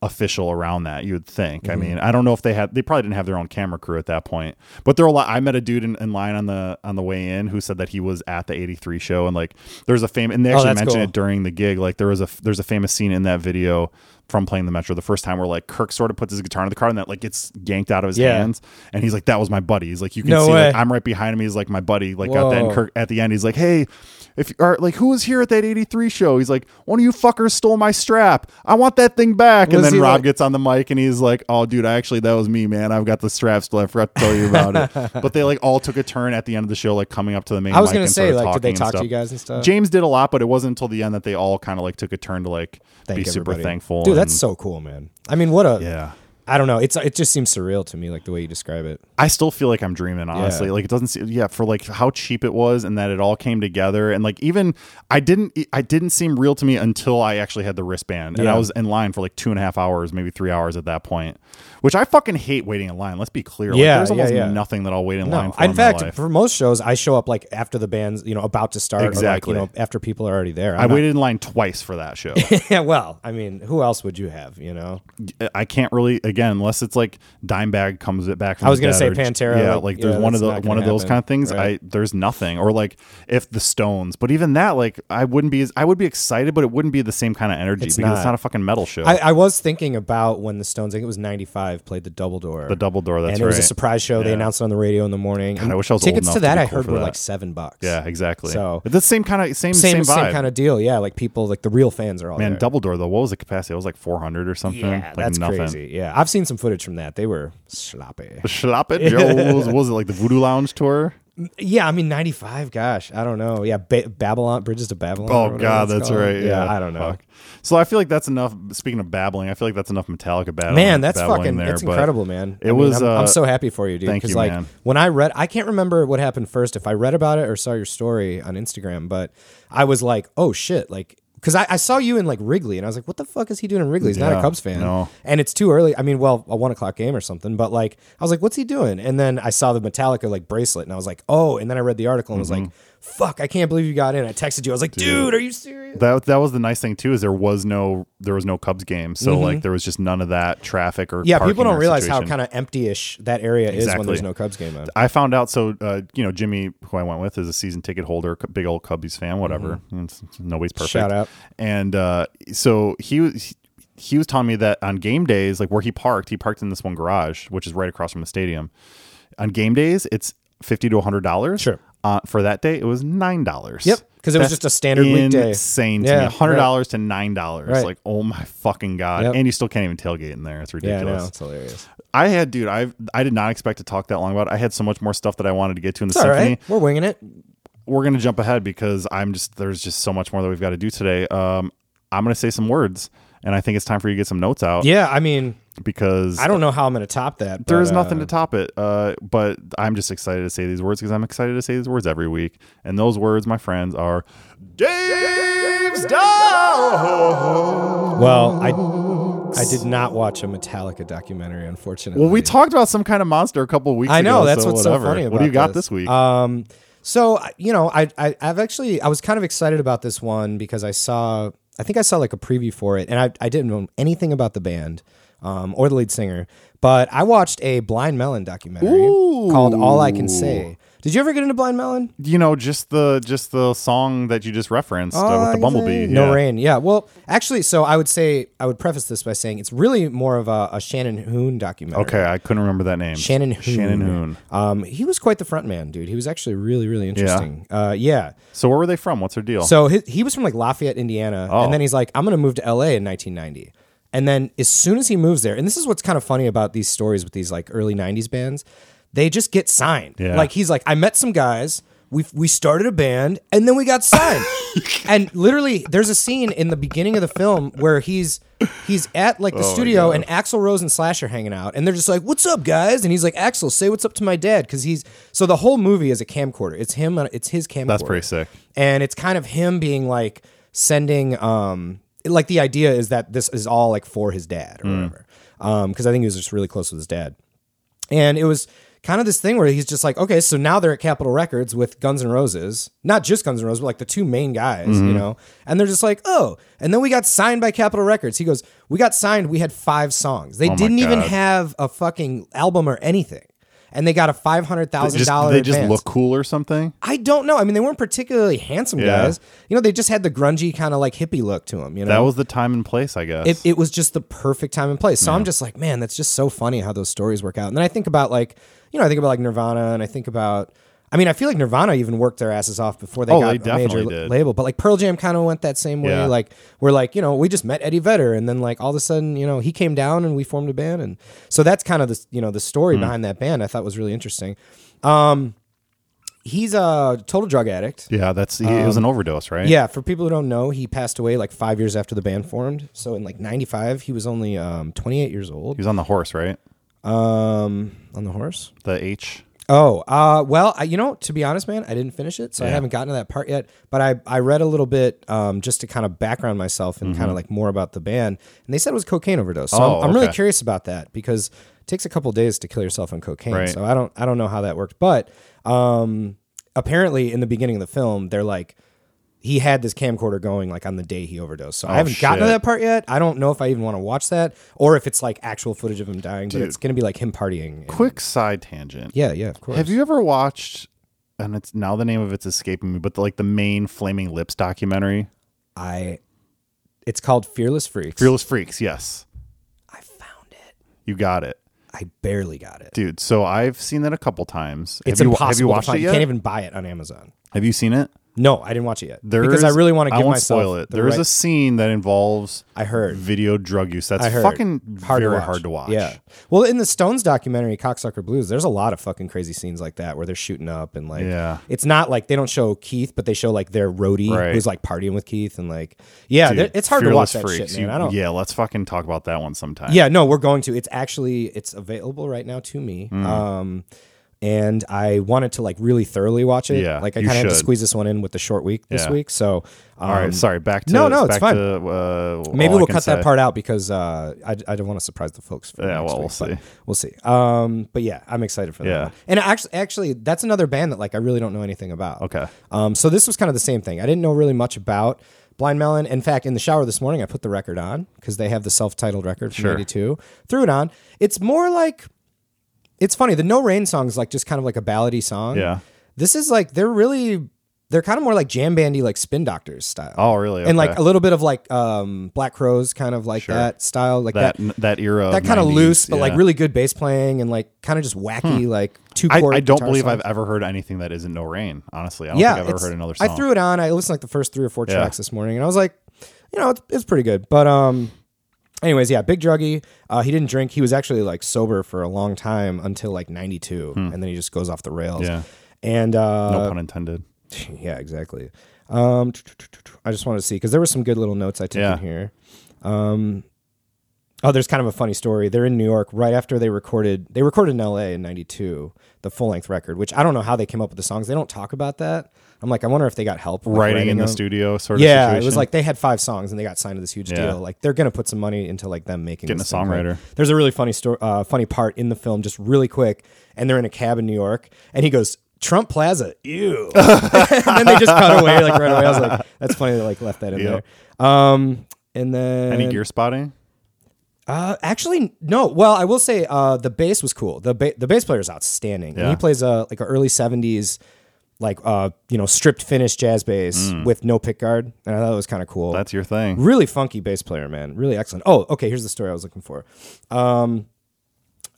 S2: official around that you would think
S1: Mm-hmm.
S2: i mean i don't know if they had they probably didn't have their own camera crew at that point but there are a lot i met a dude in, in line on the on the way in who said that he was at the 83 show and like there's a fame and they
S1: Oh,
S2: actually
S1: that's
S2: mentioned
S1: cool.
S2: it during the gig like there was a there's a famous scene in that video from playing the Metro the first time where like Kirk sort of puts his guitar in the car and that like gets yanked out of his
S1: Yeah.
S2: hands. And he's like, that was my buddy. He's like, you can
S1: No
S2: see like
S1: way.
S2: I'm right behind him. He's like, my buddy, like got that. And
S1: Whoa.
S2: Kirk at the end, he's like, hey, if you are like, who was here at that 83 show? He's like, one of you fuckers stole my strap. I want that thing back. and
S1: Was
S2: then
S1: he
S2: Rob
S1: like-
S2: gets on the mic and he's like, oh, dude, actually, that was me, man. I've got the strap still. I forgot to tell you
S1: <laughs>
S2: about it. But they like all took a turn at the end of the show, like coming up to the main
S1: I was
S2: mic
S1: gonna
S2: and
S1: say,
S2: started
S1: like, did they
S2: talking and
S1: talk to
S2: stuff.
S1: you guys and stuff?
S2: James did a lot, but it wasn't until the end that they all kind of like took a turn to like
S1: Thank
S2: be super
S1: everybody.
S2: thankful.
S1: Dude, that's
S2: and-
S1: so cool, man. I mean, what a
S2: yeah.
S1: I don't know. It's it just seems surreal to me, like the way you describe it.
S2: I still feel like I'm dreaming, honestly.
S1: Yeah.
S2: Like it doesn't seem yeah, for like how cheap it was and that it all came together and like even I didn't e, I didn't seem real to me until I actually had the wristband. And I
S1: Yeah.
S2: was in line for like two and a half hours, maybe three hours at that point. Which I fucking hate waiting in line. Let's be clear. like,
S1: Yeah,
S2: there's
S1: yeah,
S2: almost
S1: yeah.
S2: nothing that I'll wait in line
S1: No,
S2: for.
S1: in fact,
S2: my life.
S1: for most shows, I show up like after the band's you know about to start,
S2: Exactly.
S1: Or like, you know, after people are already there.
S2: I
S1: I'm
S2: waited in line twice for that show.
S1: not- <laughs> yeah, well, I mean, who else would you have? You know,
S2: I can't really again unless it's like Dimebag comes it back. From
S1: I was
S2: the
S1: gonna
S2: dead
S1: say
S2: or-
S1: Pantera,
S2: Yeah, like,
S1: like,
S2: there's
S1: yeah,
S2: one of
S1: that's
S2: the
S1: not
S2: one of
S1: gonna
S2: those
S1: happen,
S2: kind of things. I
S1: right.
S2: there's nothing or like if the Stones, but even that like I wouldn't be as I would be excited, but it wouldn't be the same kind of energy because it's
S1: not.
S2: not a fucking metal show.
S1: I, I was thinking about when the Stones. I think it was '95. Played the Double Door.
S2: the Double Door. That's
S1: and it was
S2: right.
S1: a surprise show. They announced it on the radio in the morning. and
S2: I wish I was old
S1: tickets
S2: enough
S1: to
S2: to
S1: that.
S2: be
S1: I
S2: cool
S1: heard
S2: for
S1: were
S2: that.
S1: like seven bucks.
S2: yeah, exactly.
S1: So-
S2: But the same kind of same
S1: same
S2: same,
S1: same,
S2: vibe.
S1: kind of deal. Yeah, like people, like the real fans are all
S2: Man,
S1: there.
S2: Double Door though, what was the capacity? It was like 400 or something.
S1: yeah,
S2: like
S1: that's
S2: nothing.
S1: crazy. Yeah, I've seen some footage from that. They were sloppy.
S2: The
S1: <laughs>
S2: Schlapp It Joe's, what was it like the Voodoo Lounge tour?
S1: Yeah, I mean '95. Gosh, I don't know. Yeah, ba- Babylon, Bridges to Babylon. or
S2: Oh
S1: whatever
S2: God,
S1: it's
S2: that's
S1: called.
S2: right. Yeah,
S1: I don't know.
S2: Fuck. So I feel like that's enough. Speaking of babbling, I feel like that's enough Metallica babbling.
S1: Man, that's
S2: babbling
S1: fucking.
S2: There,
S1: it's
S2: but
S1: incredible, man.
S2: it
S1: I mean,
S2: was,
S1: I'm,
S2: uh,
S1: I'm so happy for you, dude.
S2: thank
S1: Because
S2: you,
S1: like
S2: man.
S1: when I read, I can't remember what happened first. If I read about it or saw your story on Instagram, but I was like, oh shit, like. Because I, I saw you in like Wrigley, and I was like, "What the fuck is he doing in Wrigley? He's not
S2: Yeah,
S1: a Cubs fan."
S2: no.
S1: And it's too early. I mean, well, a one o'clock game or something. But like, I was like, "What's he doing?" And then I saw the Metallica like bracelet, and I was like, "Oh!" And then I read the article and was like,
S2: Mm-hmm.
S1: "Fuck! I can't believe you got in." I texted you. I was like, "Dude, are you serious?"
S2: That that was the nice thing too is there was no there was no Cubs game, so like there was just none of that traffic or
S1: Mm-hmm. Yeah,
S2: parking
S1: people don't
S2: or
S1: realize
S2: situation.
S1: how kind of empty-ish that area is
S2: Exactly.
S1: when there's no Cubs game on.
S2: I found out so uh, you know Jimmy, who I went with, is a season ticket holder, c- big old Cubbies fan, whatever. It's- it's- nobody's perfect.
S1: Mm-hmm. Shout out.
S2: And uh, so he was. He was telling me that on game days, like where he parked, he parked in this one garage, which is right across from the stadium. On game days, it's fifty to hundred dollars.
S1: Sure.
S2: Uh, for that day, it was nine dollars.
S1: Yep, 'cause it was just a standard weekday.
S2: Insane to
S1: Yeah,
S2: me, hundred dollars to nine dollars.
S1: Right.
S2: Like, oh my fucking god!
S1: Yep.
S2: And you still can't even tailgate in there. It's
S1: Yeah,
S2: ridiculous.
S1: I know. It's hilarious.
S2: I had, dude, I I did not expect to talk that long about it. I had so much more stuff that I wanted to get to in the
S1: It's all
S2: symphony.
S1: right. We're winging it.
S2: We're gonna jump ahead because I'm just there's just so much more that we've got to do today. Um, I'm gonna say some words, and I think it's time for you to get some notes out
S1: Yeah, I mean,
S2: because
S1: I don't know how I'm going to top that.
S2: there is
S1: but, uh,
S2: nothing to top it. Uh, but I'm just excited to say these words because I'm excited to say these words every week, and those words, my friends, are Dave's Doll.
S1: Well, I I did not watch a Metallica documentary, unfortunately.
S2: Well, we talked about some kind of monster a couple of weeks
S1: I
S2: ago.
S1: know that's
S2: so
S1: what's
S2: whatever.
S1: so funny. About
S2: What do you got this, week?
S1: Um, so I- you know, I, I I've actually I was kind of excited about this one because I saw I think I saw like a preview for it, and I I didn't know anything about the band. Um, or the lead singer, but I watched a Blind Melon documentary called "All I Can Say." Did you ever get into Blind Melon?
S2: you know, just the just the song that you just referenced uh,
S1: Oh,
S2: with the
S1: I
S2: bumblebee.
S1: see. No
S2: yeah.
S1: rain. Yeah. Well, actually, so I would say I would preface this by saying it's really more of a, a Shannon Hoon documentary.
S2: Okay, I couldn't remember that name.
S1: Shannon Hoon.
S2: Shannon Hoon.
S1: Um, he was quite the front man, dude. He was actually really, really interesting. Uh, yeah.
S2: So where were they from? What's their deal?
S1: So his, he was from like Lafayette, Indiana,
S2: Oh.
S1: and then he's like, I'm going to move to LA in 1990. And then as soon as he moves there, and this is what's kind of funny about these stories with these like early 90s bands, they just get signed.
S2: Yeah.
S1: Like he's like, I met some guys. We, we started a band and then we got
S2: <laughs>
S1: signed. and literally, there's a scene in the beginning of the film where he's he's at
S2: Oh
S1: like the studio and Axl Rose and Slash are hanging out and they're just like, "What's up, guys?" And he's like, "Axl, say what's up to my dad," because he's so the whole movie is a camcorder. It's him. on- It's his camcorder
S2: That's pretty sick.
S1: and it's kind of him being like sending um like the idea is that this is all like for his dad or
S2: Mm.
S1: whatever um because i think he was just really close with his dad and it was kind of this thing where he's just like okay so now they're at capitol records with guns N' roses not just guns N' roses but like the two main guys
S2: Mm-hmm.
S1: you know and they're just like oh and then we got signed by capitol records he goes we got signed we had five songs they didn't even
S2: Oh God.
S1: have a fucking album or anything and they got a five hundred thousand
S2: Just,
S1: dollar.
S2: they just look cool or something.
S1: I don't know. I mean, they weren't particularly handsome
S2: Yeah.
S1: guys. You know, they just had the grungy kind of like hippie look to them. You know,
S2: That was the time and place, I guess.
S1: Um, it, it was just the perfect time and place. So I'm just like, man, that's just so funny how those stories work out. And then I think about like, you know, I think about like Nirvana and I think about, I mean, I feel like Nirvana even worked their asses off before they
S2: Oh,
S1: got
S2: they
S1: a major
S2: definitely
S1: l-
S2: did.
S1: label. But like Pearl Jam kind of went that same way.
S2: Yeah.
S1: Like we're like, you know, we just met Eddie Vedder and then like all of a sudden, you know, he came down and we formed a band. And so that's kind of the, you know, the story
S2: Mm.
S1: behind that band I thought was really interesting. Um, he's a total drug addict.
S2: yeah, that's he, it was an overdose, right?
S1: Um, Yeah, for people who don't know, he passed away like five years after the band formed. So in like '95, he was only um, 28 years
S2: he
S1: old.
S2: was on the horse, right?
S1: Um, on the horse.
S2: The H.
S1: Oh, uh, well, I, you know, to be honest, man, I didn't finish it, so I haven't gotten to that part yet. But I, I read a little bit um, just to kind of background myself and kind of like more about the band. And they said it was cocaine overdose. So
S2: Mm-hmm. Oh,
S1: I'm, I'm really
S2: okay.
S1: curious about that because it takes a couple days to kill yourself on cocaine.
S2: Right.
S1: So I don't I don't know how that worked, but um, apparently in the beginning of the film, they're like. He had this camcorder going like on the day he overdosed. So I haven't gotten to
S2: Oh, shit.
S1: that part yet. I don't know if I even want to watch that or if it's like actual footage of him dying, but it's going to be like him partying. and-
S2: Quick side tangent.
S1: yeah, yeah, of course.
S2: Have you ever watched? And it's now the name of it's escaping me, but the, like the main Flaming Lips documentary,
S1: I. It's called Fearless Freaks.
S2: Fearless Freaks. Yes,
S1: I found it.
S2: you got it,
S1: I barely got it.
S2: dude. So I've seen that a couple times.
S1: it's
S2: have you,
S1: impossible.
S2: Have you
S1: to
S2: watched
S1: find.
S2: it
S1: You
S2: yet?
S1: can't even buy it on Amazon.
S2: have you seen it?
S1: No, I didn't watch it yet
S2: There
S1: because I
S2: is-
S1: really want to
S2: I
S1: give
S2: won't
S1: myself.
S2: spoil it.
S1: the
S2: There is
S1: right-
S2: a scene that involves
S1: I heard.
S2: video drug use. That's
S1: I heard.
S2: fucking
S1: Hard
S2: very
S1: to watch.
S2: hard to watch.
S1: Yeah. Well, in the Stones documentary, Cocksucker Blues, there's a lot of fucking crazy scenes like that where they're shooting up and like,
S2: Yeah.
S1: it's not like they don't show Keith, but they show like their roadie
S2: Right.
S1: who's like partying with Keith and like, yeah,
S2: Dude,
S1: there- it's hard
S2: Fearless
S1: to watch that
S2: Freaks,
S1: shit, man.
S2: you-
S1: I don't.
S2: Yeah, let's fucking talk about that one sometime.
S1: Yeah, no, we're going to. It's actually it's available right now to me.
S2: Mm.
S1: Um and I wanted to like really thoroughly watch it.
S2: Yeah,
S1: like I
S2: you
S1: kind of had to
S2: should.
S1: squeeze this one in with the short week this
S2: Yeah.
S1: week. So, um,
S2: All right. Sorry. Back to
S1: no, no, it's
S2: back
S1: fine.
S2: To, uh,
S1: maybe
S2: all I
S1: we'll
S2: can
S1: cut
S2: say.
S1: that part out because uh, I I don't want to surprise the folks. For
S2: Yeah,
S1: next
S2: well,
S1: week,
S2: we'll
S1: but
S2: see.
S1: We'll see. Um, but yeah, I'm excited for that.
S2: Yeah.
S1: one. and actually, actually, that's another band that like I really don't know anything about.
S2: Okay.
S1: Um, so this was kind of the same thing. I didn't know really much about Blind Melon. In fact, in the shower this morning, I put the record on because they have the self-titled record from
S2: Sure.
S1: '82. Threw it on. It's more like, it's funny. The No Rain song is like just kind of like a ballady song.
S2: Yeah.
S1: This is like they're really they're kind of more like jam bandy, like Spin Doctors style.
S2: Oh, really?
S1: And
S2: Okay.
S1: like a little bit of like um, Black Crows, kind of like that style, like that
S2: that that, era.
S1: that kind of
S2: 90s,
S1: loose, but like
S2: yeah. Hmm.
S1: really good bass playing and like kind of just wacky, like two
S2: I,
S1: chord.
S2: I don't
S1: guitar
S2: believe
S1: songs.
S2: I've ever heard anything that isn't No Rain. Honestly, I don't
S1: yeah,
S2: think I've ever
S1: it's-
S2: heard another song.
S1: I threw it on. I listened to like the first three or four tracks this morning, and I was like, you know, it's, it's pretty good. But um, anyways, yeah, big druggie. Uh, he didn't drink. He was actually like sober for a long time until like '92, and then he just goes off the rails.
S2: Hmm. Yeah.
S1: And uh,
S2: no pun intended.
S1: <laughs> yeah, exactly. Um, I just wanted to see because there were some good little notes I took
S2: Yeah.
S1: in here. Um, oh, there's kind of a funny story. They're in New York right after they recorded. They recorded in L.A. in '92, the full length record, which I don't know how they came up with the songs. They don't talk about that. I'm like, I wonder if they got help like,
S2: Writing, in the
S1: them.
S2: studio, sort
S1: Yeah,
S2: of. Situation.
S1: it was like they had five songs and they got signed to this huge
S2: Yeah.
S1: deal. Like they're gonna put some money into like them making
S2: Getting
S1: this
S2: a
S1: thing.
S2: songwriter.
S1: There's a really funny story, uh, funny part in the film, just really quick. And they're in a cab in New York, and he goes. Trump Plaza, ew. <laughs> and then they just cut away like right away. I was like, "That's funny." They like left that in
S2: Yep.
S1: there. Um, and then
S2: any gear spotting.
S1: uh, actually, no. Well, I will say uh, the bass was cool. the ba- The bass player is outstanding. And
S2: Yeah.
S1: he plays a like a early seventies, like uh, you know, stripped Finnish jazz bass with no pick guard, and I thought it was kind of cool.
S2: Mm. That's your thing.
S1: Really funky bass player, man. Really excellent. Oh, okay. Here's the story I was looking for. Um,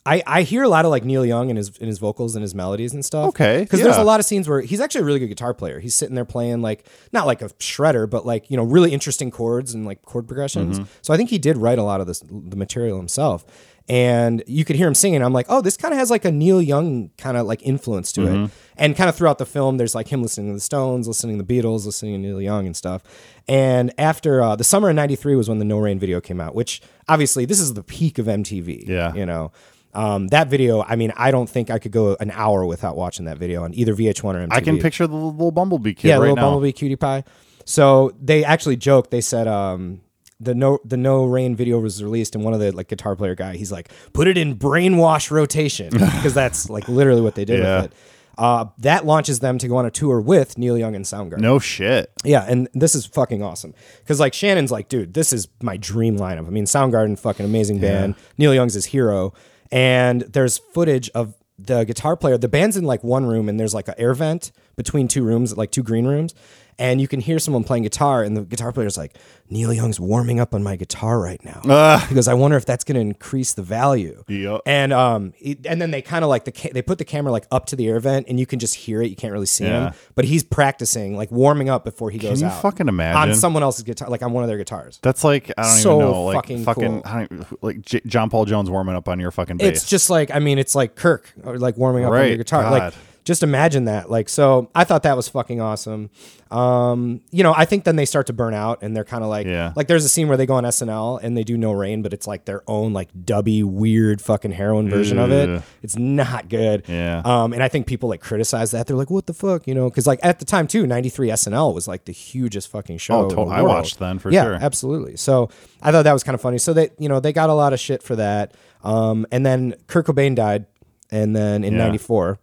S1: I I hear a lot of like Neil Young and his in his vocals and his melodies and stuff.
S2: Okay,
S1: because there's a
S2: yeah.
S1: lot of scenes where he's actually a really good guitar player. He's sitting there playing like not like a shredder, but like you know really interesting chords and like chord progressions.
S2: Mm-hmm.
S1: So I think he did write a lot of this the material himself. And you could hear him singing. I'm like, oh, this kind of has like a Neil Young kind of like influence to it.
S2: Mm-hmm.
S1: And kind of throughout the film, there's like him listening to the Stones, listening to the Beatles, listening to Neil Young and stuff. And after uh, the summer of '93 was when the No Rain video came out, which obviously this is the peak of MTV.
S2: Yeah.
S1: You know, um, that video, I mean, I don't think I could go an hour without watching that video on either VH1 or MTV.
S2: I can picture the little bumblebee kid
S1: yeah,
S2: right
S1: little
S2: now.
S1: Bumblebee Cutie Pie. So they actually joked. They said, um, the no the no rain video was released and one of the like guitar player guy he's like put it in brainwash
S2: <laughs>
S1: rotation because that's like literally what they did
S2: Yeah.
S1: with it uh, that launches them to go on a tour with neil young and soundgarden
S2: No shit.
S1: yeah, and this is fucking awesome because like Shannon's like, dude, this is my dream lineup. I mean, Soundgarden, fucking amazing band. Neil Young's his hero, and there's footage of the guitar player, the band's in like one room and there's like an air vent between two rooms, like two green rooms, and you can hear someone playing guitar and the guitar player's like, Neil Young's warming up on my guitar right now. because I wonder if that's going to increase the value.
S2: Yep.
S1: And um it- and then they kind of like the ca- they put the camera like up to the air vent and you can just hear it, you can't really see
S2: Yeah.
S1: him, but he's practicing like warming up before he goes
S2: you
S1: out.
S2: fucking
S1: on
S2: imagine?
S1: someone else's guitar like on one of their guitars.
S2: That's like I don't
S1: So
S2: even know, like
S1: fucking cool.
S2: fucking, I don't, like J- John Paul Jones warming up on your fucking bass.
S1: It's just like I mean, it's like Kirk or like warming up on your
S2: Right,
S1: guitar. Like
S2: God.
S1: just imagine that. Like so, I thought that was fucking awesome. Um, you know, I think then they start to burn out and they're kind of like,
S2: Yeah.
S1: like there's a scene where they go on SNL and they do No Rain, but it's like their own like dubby weird fucking heroin version of it.
S2: Ugh.
S1: It's not good.
S2: Yeah.
S1: Um, and I think people like criticize that. They're like, what the fuck, you know? Because like at the time too, '93 SNL was like the hugest fucking show.
S2: Oh,
S1: in the
S2: totally. I
S1: world.
S2: watched then, for
S1: yeah,
S2: sure.
S1: absolutely. So I thought that was kind of funny. So they, you know, they got a lot of shit for that. Um, and then Kurt Cobain died, and then in
S2: Yeah.
S1: '94,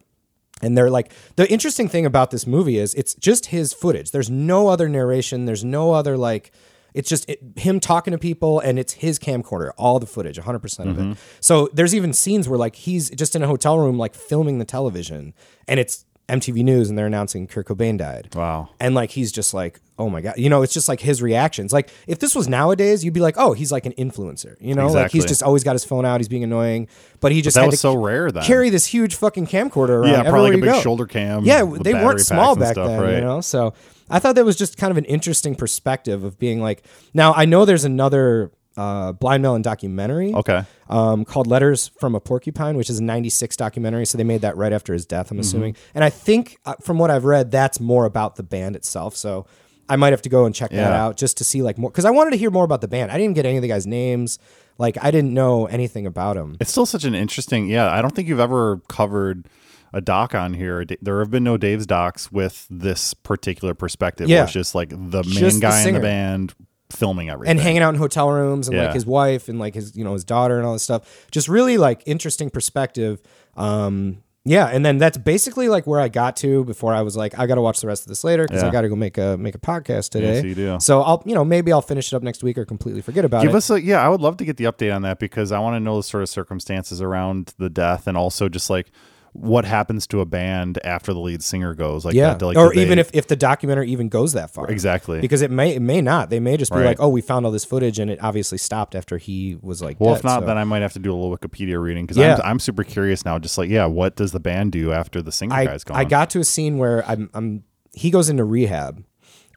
S1: and they're like, the interesting thing about this movie is it's just his footage. There's no other narration. There's no other like. It's just it, him talking to people, and it's his camcorder, all the footage, 100% percent of it. So there's even scenes where like he's just in a hotel room, like filming the television, and it's MTV News, and they're announcing Kurt Cobain died.
S2: wow.
S1: And like he's just like, oh my god, you know, it's just like his reactions. Like if this was nowadays, you'd be like, oh, he's like an influencer, you know, like he's
S2: Exactly.
S1: just always got his phone out, he's being annoying, but he just
S2: That
S1: had
S2: was
S1: to
S2: so
S1: ca-
S2: rare then.
S1: carry this huge fucking camcorder around.
S2: yeah,
S1: everywhere
S2: probably like a
S1: you
S2: big
S1: go.
S2: shoulder cam.
S1: Yeah,
S2: with
S1: they
S2: battery
S1: weren't
S2: packs
S1: small
S2: and
S1: back
S2: stuff,
S1: then,
S2: right?
S1: you know. So I thought that was just kind of an interesting perspective of being like. Now I know there's another uh, Blind Melon documentary.
S2: Okay.
S1: Um, called Letters from a Porcupine, which is a 96 documentary. So they made that right after his death, I'm assuming. And I think, uh, from what I've read, that's more about the band itself. So I might have to go and check that
S2: Yeah.
S1: out just to see, like, more. Because I wanted to hear more about the band. I didn't get any of the guys' names. Like, I didn't know anything about them.
S2: It's still such an interesting. Yeah, I don't think you've ever covered a doc on here. D- There have been no Dave's docs with this particular perspective. where
S1: Yeah.
S2: it's just like the
S1: Just the
S2: main guy in
S1: singer.
S2: the band filming everything.
S1: and hanging out in hotel rooms and like
S2: Yeah.
S1: his wife and like his you know his daughter and all this stuff just really like interesting perspective um yeah and then that's basically like where i got to before i was like i gotta watch the rest of this later because i
S2: Yeah.
S1: gotta go make a make a podcast today
S2: you do.
S1: so i'll you know maybe i'll finish it up next week or completely forget about
S2: Give
S1: it
S2: us a yeah. I would love to get the update on that because I want to know the sort of circumstances around the death and also just like what happens to a band after the lead singer goes. Like
S1: yeah
S2: that, like,
S1: or
S2: did they-
S1: even if if the documentary even goes that far
S2: exactly
S1: because it may it may not they may just be
S2: Right.
S1: like oh we found all this footage and it obviously stopped after he was like
S2: Well,
S1: dead,
S2: if not,
S1: so.
S2: then I might have to do a little Wikipedia reading because
S1: Yeah.
S2: I'm, I'm super curious now. Just like, yeah, what does the band do after the singer
S1: I,
S2: guy's gone?
S1: I got to a scene where I'm, I'm he goes into rehab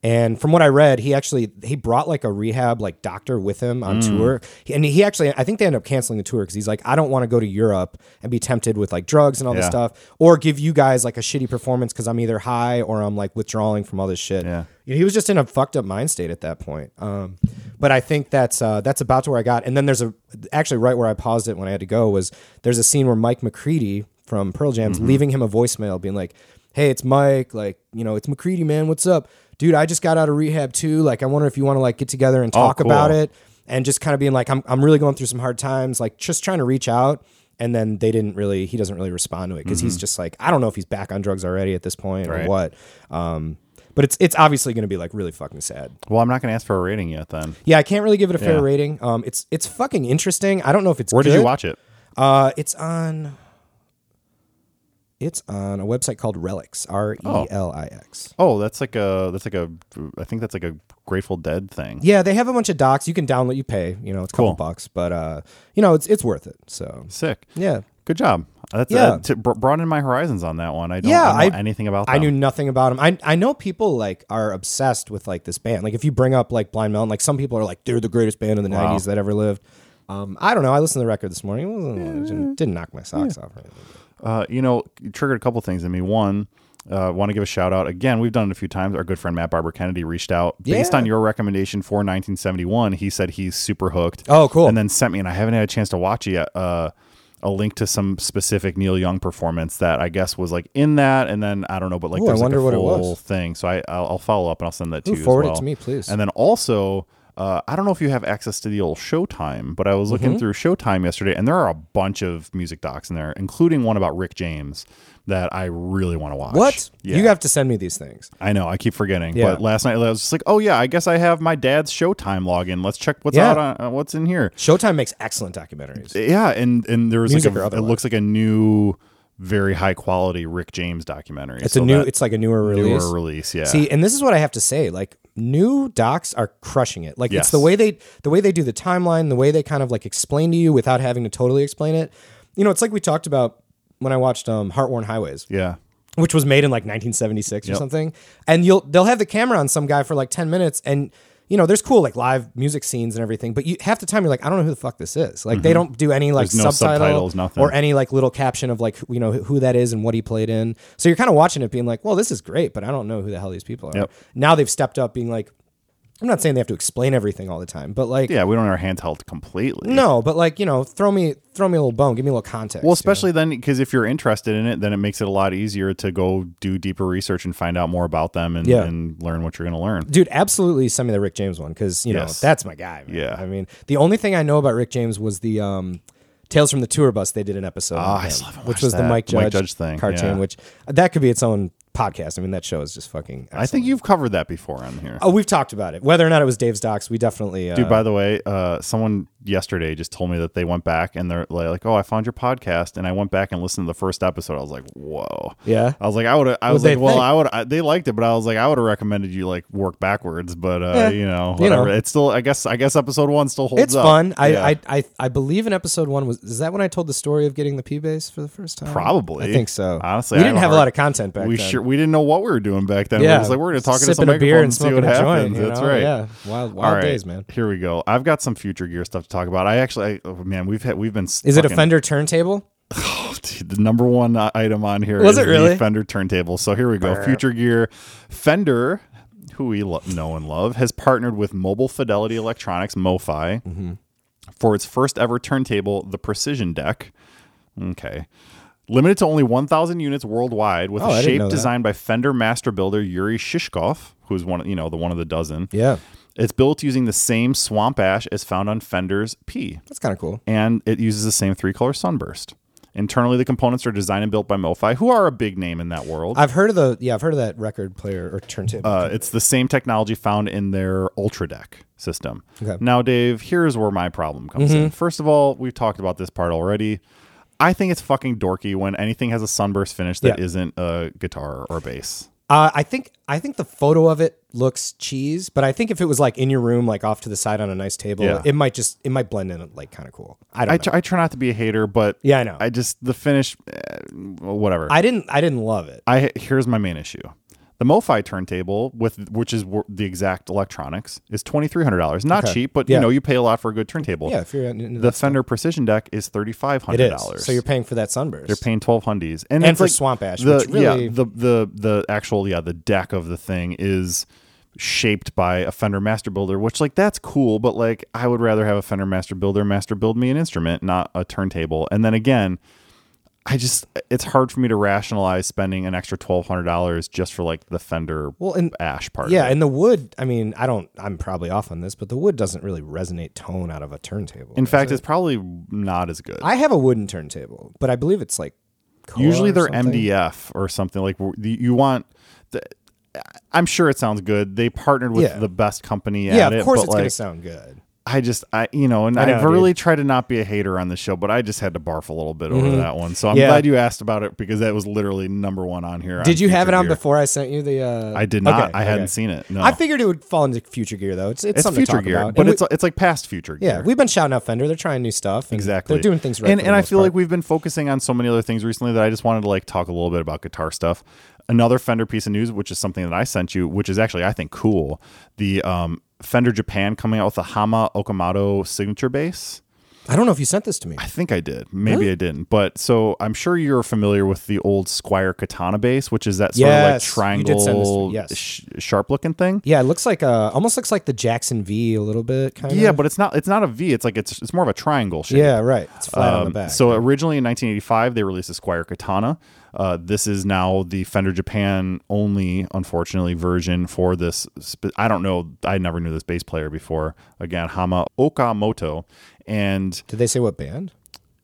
S1: and from what i read he actually he brought like a rehab like doctor with him on
S2: Mm.
S1: tour and he actually i think they end up canceling the tour because he's like i don't want to go to europe and be tempted with like drugs and all this
S2: Yeah.
S1: stuff or give you guys like a shitty performance because i'm either high or i'm like withdrawing from all this shit
S2: Yeah.
S1: he was just in a fucked up mind state at that point. Um, but I think that's uh, that's about to where I got. And then there's a actually right where I paused it when I had to go was there's a scene where Mike McCready from Pearl Jam's
S2: Mm-hmm.
S1: leaving him a voicemail being like, "Hey, it's Mike. Like, you know, it's McCready, man. What's up, dude? I just got out of rehab too. Like, I wonder if you want to like get together and talk
S2: Oh, cool.
S1: about it." And just kind of being like, I'm, I'm really going through some hard times, like just trying to reach out. And then they didn't really, he doesn't really respond to it because he's just like, I don't know if he's back on drugs already at this point or
S2: Mm-hmm. Right.
S1: what. Um, but it's it's obviously going to be like really fucking sad.
S2: well, I'm not going to ask for a rating yet. Then,
S1: Yeah, I can't really give it a fair
S2: Yeah.
S1: rating. Um, it's it's fucking interesting. I don't know if it's
S2: where did you
S1: good.
S2: watch it?
S1: Uh, it's on. It's on a website called Relics. R e l i x.
S2: Oh, that's like a that's like a I think that's like a Grateful Dead thing.
S1: Yeah, they have a bunch of docs. You can download. You pay. You know, it's a couple
S2: Cool.
S1: bucks, but uh, you know, it's it's worth it. So
S2: Sick.
S1: yeah,
S2: Good job. That's
S1: Yeah.
S2: uh, to bro- broaden my horizons on that one. I don't,
S1: Yeah,
S2: I don't know
S1: I-
S2: anything about. Them.
S1: I knew nothing about them. I I know people like are obsessed with like this band. Like if you bring up like Blind Melon, like some people are like they're the greatest band in the
S2: Wow.
S1: '90s that ever lived. Um, I don't know. I listened to the record this morning. It wasn't- it didn't, didn't knock my socks off. Or anything.
S2: Uh, you know, you triggered a couple things in me. One, uh, want to give a shout out again. We've done it a few times. Our good friend Matt Barber Kennedy reached out based
S1: Yeah.
S2: on your recommendation for 1971. He said he's super hooked.
S1: Oh, cool.
S2: And then sent me, and I haven't had a chance to watch it yet. Uh, a link to some specific Neil Young performance that I guess was like in that, and then I don't know, but like
S1: Ooh, I
S2: there's
S1: wonder what
S2: like
S1: it
S2: a
S1: was.
S2: full thing. So I I'll, I'll follow up and I'll send that to
S1: Ooh,
S2: you.
S1: forward it
S2: as well.
S1: to me, please.
S2: And then also, uh, I don't know if you have access to the old Showtime, but I
S1: Mm-hmm.
S2: was looking through Showtime yesterday, and there are a bunch of music docs in there, including one about Rick James that I really want to watch.
S1: What?
S2: Yeah.
S1: You have to send me these things.
S2: I know. I keep forgetting.
S1: Yeah.
S2: But last night I was just like, oh yeah, I guess I have my dad's Showtime login. Let's check what's
S1: Yeah.
S2: out on uh, what's in here.
S1: Showtime makes excellent documentaries.
S2: Yeah, and and there was
S1: Music or
S2: like a, it
S1: otherwise.
S2: looks like a new very high quality Rick James documentary.
S1: It's a new. It's like a newer release.
S2: newer release. Yeah.
S1: See, and this is what I have to say. Like new docs are crushing it. Like
S2: Yes.
S1: it's the way they the way they do the timeline, the way they kind of like explain to you without having to totally explain it. You know, it's like we talked about when I watched um Heartworn Highways,
S2: yeah.
S1: which was made in like 1976 or something. And you'll they'll have the camera on some guy for like 10 minutes and you know, there's cool like live music scenes and everything, but you half the time you're like, I don't know who the fuck this is. Like they don't do any like
S2: Mm-hmm. There's no
S1: subtitle
S2: subtitles, nothing.
S1: or any like little caption of like you know who that is and what he played in. So you're kind of watching it, being like, well, this is great, but I don't know who the hell these people are.
S2: Yep.
S1: Now they've stepped up, being like, I'm not saying they have to explain everything all the time, but like,
S2: Yeah. We don't have our hands held completely.
S1: no, but like you know, throw me throw me a little bone, give me a little context.
S2: Well, especially then, because if you're interested in it, then it makes it a lot easier to go do deeper research and find out more about them and,
S1: Yeah.
S2: and learn what you're going to learn.
S1: Dude, absolutely send me the Rick James one because you
S2: Yes.
S1: know that's my guy. man.
S2: Yeah.
S1: I mean the only thing I know about Rick James was the um, Tales from the Tour Bus. They did an episode, on
S2: Ah, I
S1: him,
S2: still haven't
S1: which
S2: watched
S1: was
S2: that.
S1: the Mike Judge,
S2: Mike Judge thing,
S1: cartoon,
S2: yeah.
S1: which that could be its own podcast. I mean, that show is just fucking.
S2: I think you've covered that before on here.
S1: Oh, we've talked about it. Whether or not it was Dave's docs, we definitely. Uh,
S2: Dude, by the way, uh, someone yesterday just told me that they went back and they're like, "Oh, I found your podcast," and I went back and listened to the first episode. I was like, "Whoa!"
S1: Yeah?
S2: I was like, "I would," I was
S1: they
S2: like, "Well,
S1: think?
S2: I would." I, they liked it, but I was like, "I would have recommended you like work backwards," but uh,
S1: Yeah.
S2: you know,
S1: You know.
S2: whatever. It's still, I guess, I guess episode one still holds.
S1: it's
S2: up.
S1: fun. I,
S2: Yeah.
S1: I I I believe in episode one was is that when I told the story of getting the P base for the first time?
S2: Probably.
S1: I think so.
S2: Honestly,
S1: we
S2: I
S1: didn't
S2: a
S1: have a
S2: hard-
S1: lot of content back
S2: we
S1: then.
S2: sure we didn't know what we were doing back then. Yeah,
S1: Yeah,
S2: we're just like we're going to talk into some
S1: sipping a beer and
S2: microphone and see
S1: smoking
S2: what
S1: a
S2: happens.
S1: joint. you
S2: That's
S1: know?
S2: right.
S1: Yeah, wild wild
S2: All right,
S1: days, man.
S2: Here we go. I've got some future gear stuff to talk about. I actually, I, oh, man, we've had we've been.
S1: Is it a
S2: fucking-
S1: Fender turntable?
S2: Dude, <laughs> the number one uh, item on here
S1: Was
S2: is
S1: it really?
S2: the Fender turntable. So here we go. Future Gear, Fender, who we lo- know and love, has partnered with Mobile Fidelity Electronics (MoFi) for its first ever turntable, the Precision Deck. Okay. Limited to only 1,000 units worldwide, with
S1: Oh, I
S2: a
S1: didn't
S2: shape
S1: know that.
S2: designed by Fender master builder Yuri Shishkov, who's one, of- you know, the one of the dozen.
S1: Yeah,
S2: It's built using the same swamp ash as found on Fender's P
S1: that's kind of cool.
S2: and it uses the same three color sunburst. Internally, the components are designed and built by MoFi, who are a big name in that world.
S1: I've heard of the yeah, I've heard of that record player or turntable.
S2: Uh, it's the same technology found in their Ultra Deck system.
S1: Okay. Mm-hmm.
S2: Now, Dave, here's where my problem comes in. First of all, we've talked about this part already. I think it's fucking dorky when anything has a sunburst finish that
S1: Yeah.
S2: not a guitar or bass.
S1: Uh, I think I think the photo of it looks cheese, but I think if it was like in your room, like off to the side on a nice table,
S2: Yeah.
S1: it might just it might blend in like kind of cool. I don't
S2: I
S1: know.
S2: tr- I try not to be a hater, but
S1: Yeah, I know.
S2: I just the finish, eh, whatever.
S1: I didn't I didn't love it.
S2: I here's my main issue. The MoFi turntable with which is wor- the exact electronics is twenty three hundred dollars. Not cheap, but
S1: Yeah.
S2: you know you pay a lot for a good turntable.
S1: Yeah, if you're in- in
S2: the Fender Precision Deck is thirty five
S1: it
S2: hundred
S1: is.
S2: dollars.
S1: So you're paying for that sunburst.
S2: They're paying twelve hundies, and,
S1: And
S2: it's
S1: for
S2: like
S1: swamp ash,
S2: The,
S1: which really-
S2: yeah, the the the actual yeah the deck of the thing is shaped by a Fender Master Builder, which like that's cool, but like I would rather have a Fender Master Builder master build me an instrument, not a turntable. And then again, I just it's hard for me to rationalize spending an extra twelve hundred dollars just for like the Fender
S1: Well, and-
S2: ash part. of
S1: yeah,
S2: it.
S1: and the wood. I mean, I don't. I'm probably off on this, but the wood doesn't really resonate tone out of a turntable.
S2: in fact, it's probably not as good.
S1: I have a wooden turntable, but I believe it's like Kohler
S2: Usually
S1: or
S2: they're
S1: something.
S2: MDF or something like w- the- you want. The, I'm sure it sounds good. They partnered with
S1: Yeah.
S2: the best company.
S1: Yeah,
S2: at
S1: of
S2: it,
S1: course
S2: but
S1: it's
S2: like,
S1: gonna sound good.
S2: I just, I you know, and I
S1: I know,
S2: have
S1: dude.
S2: really tried to not be a hater on the show, but I just had to barf a little bit over that one. So I'm
S1: Mm-hmm. Yeah.
S2: glad you asked about it because that was literally number one on here.
S1: Did you have it
S2: Future
S1: on
S2: Gear.
S1: before I sent you the? Uh...
S2: I did not.
S1: Okay,
S2: I hadn't
S1: okay.
S2: seen it. No,
S1: I figured it would fall into future gear though. It's it's,
S2: it's
S1: something
S2: future
S1: to talk
S2: gear,
S1: about.
S2: but
S1: And we-
S2: it's it's like past future gear.
S1: Yeah, we've been shouting out Fender. They're trying new stuff. and
S2: exactly
S1: They're doing things right.
S2: and,
S1: for
S2: and
S1: the
S2: i
S1: most
S2: feel
S1: part.
S2: like we've been focusing on so many other things recently that i just wanted to like talk a little bit about guitar stuff another fender piece of news which is something that i sent you which is actually i think cool the um, fender japan coming out with the hama okamoto signature bass
S1: I don't know if you sent this to me.
S2: I think I did. Maybe I didn't. But so I'm sure you're familiar with the old Squire Katana bass, which is that sort of like
S1: Yes, you did send this to me,
S2: triangle,
S1: yes.
S2: sh- sharp looking thing.
S1: Yeah, it looks like uh almost looks like the Jackson V a little bit kind of.
S2: Yeah, but it's not. It's not a V. It's like it's it's more of a triangle shape.
S1: yeah, right. It's flat on the
S2: Um,
S1: back.
S2: So originally in 1985, they released the Squire Katana. Uh, this is now the Fender Japan only, unfortunately, version for this. sp- I don't know. I never knew this bass player before. Again, Hama Okamoto, and
S1: did they say what band?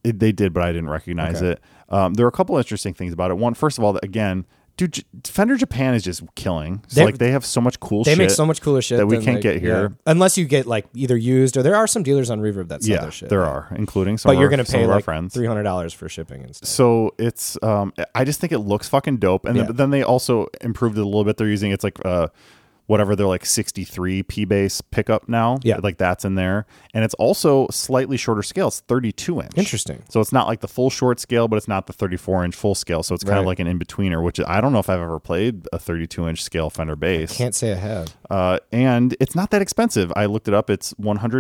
S2: it, they did, but I didn't recognize it. Um, there are a couple interesting things about it. One, first of all, that again. dude, J- Fender Japan is just killing. So
S1: They-
S2: like they have so much cool.
S1: They
S2: shit
S1: make so much cooler shit
S2: that we
S1: than,
S2: can't
S1: like-
S2: get here.
S1: yeah. unless you get like either used or there are some dealers on Reverb that sell
S2: Yeah,
S1: their shit.
S2: there are, including some.
S1: but
S2: of
S1: you're
S2: our-
S1: gonna
S2: some
S1: pay
S2: of our
S1: like
S2: friends.
S1: three hundred dollars for shipping and stuff.
S2: So it's um I just think it looks fucking dope. And then,
S1: Yeah.
S2: but then they also improved it a little bit. They're using it's like uh whatever they're like 63 P bass pickup now.
S1: Yeah.
S2: Like that's in there. And it's also slightly shorter scale. It's 32 inch.
S1: Interesting.
S2: So it's not like the full short scale, but it's not the 34 inch full scale. So it's kind of
S1: Right.
S2: like an in betweener, which I don't know if I've ever played a 32 inch scale Fender bass.
S1: Can't say I have.
S2: Uh, and it's not that expensive. I looked it up. It's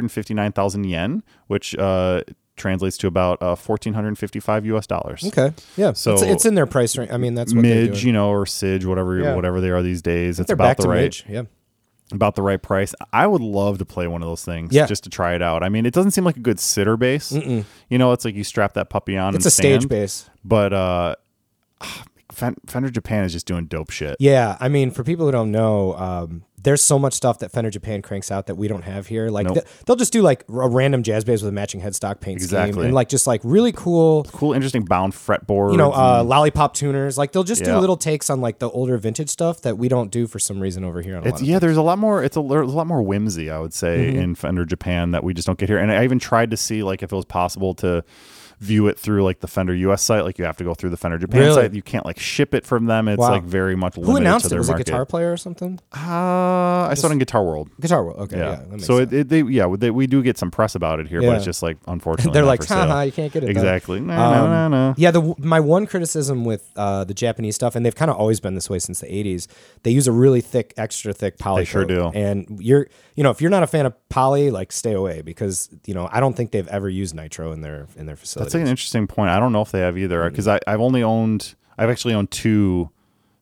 S2: 159,000 yen, which uh, translates to about uh, 1,455 US dollars
S1: Okay. Yeah.
S2: So-
S1: So it's, it's in their price range. I mean, that's what they're
S2: midge,
S1: doing.
S2: you know, or Sige, whatever,
S1: Yeah.
S2: whatever they are these days. It's
S1: They're
S2: about
S1: back
S2: the
S1: to
S2: right,
S1: Midge. Yeah.
S2: about the right price. I would love to play one of those things,
S1: Yeah.
S2: just to try it out. I mean, it doesn't seem like a good sitter bass. You know, it's like you strap that puppy on.
S1: It's a
S2: and
S1: stage
S2: stand,
S1: bass.
S2: but uh, <sighs> Fen- Fender Japan is just doing dope shit.
S1: Yeah. I mean, for people who don't know, um, there's so much stuff that Fender Japan cranks out that we don't have here. Like
S2: Nope.
S1: th- they'll just do like a random jazz bass with a matching headstock paint
S2: Exactly.
S1: scheme and like just like really cool.
S2: Cool, interesting bound fretboard.
S1: you know, uh, lollipop tuners. Like they'll just
S2: Yeah.
S1: do little takes on like the older vintage stuff that we don't do for some reason over here. On a
S2: It's,
S1: lot of Mm-hmm.
S2: yeah, there's a lot more. It's a, there's a lot more whimsy, I would say, in Fender Japan that we just don't get here. And I even tried to see like if it was possible to view it through like the Fender US site. Like you have to go through the Fender Japan
S1: Really?
S2: site. You can't like ship it from them. It's
S1: Wow.
S2: like very much limited
S1: who announced
S2: to
S1: it?
S2: their
S1: Was it a
S2: market.
S1: guitar player or something?
S2: Uh, I saw it in Guitar World.
S1: Guitar World. Okay, yeah.
S2: Yeah.
S1: that makes
S2: so
S1: sense.
S2: it, it they yeah they, we do get some press about it here, but
S1: Yeah.
S2: it's just like unfortunately
S1: they're
S2: not
S1: like,
S2: for sale.
S1: haha, you can't get it. though." Um,
S2: exactly. No, no, no, no.
S1: Yeah, the my one criticism with uh, the Japanese stuff, and they've kind of always been this way since the '80s. They use a really thick, extra thick poly.
S2: They sure
S1: coat.
S2: do.
S1: And you're, you know, if you're not a fan of poly, like stay away because you know I don't think they've ever used nitro in their in their
S2: That's like
S1: facility.
S2: an interesting point. I don't know if they have either because I I've only owned I've actually owned two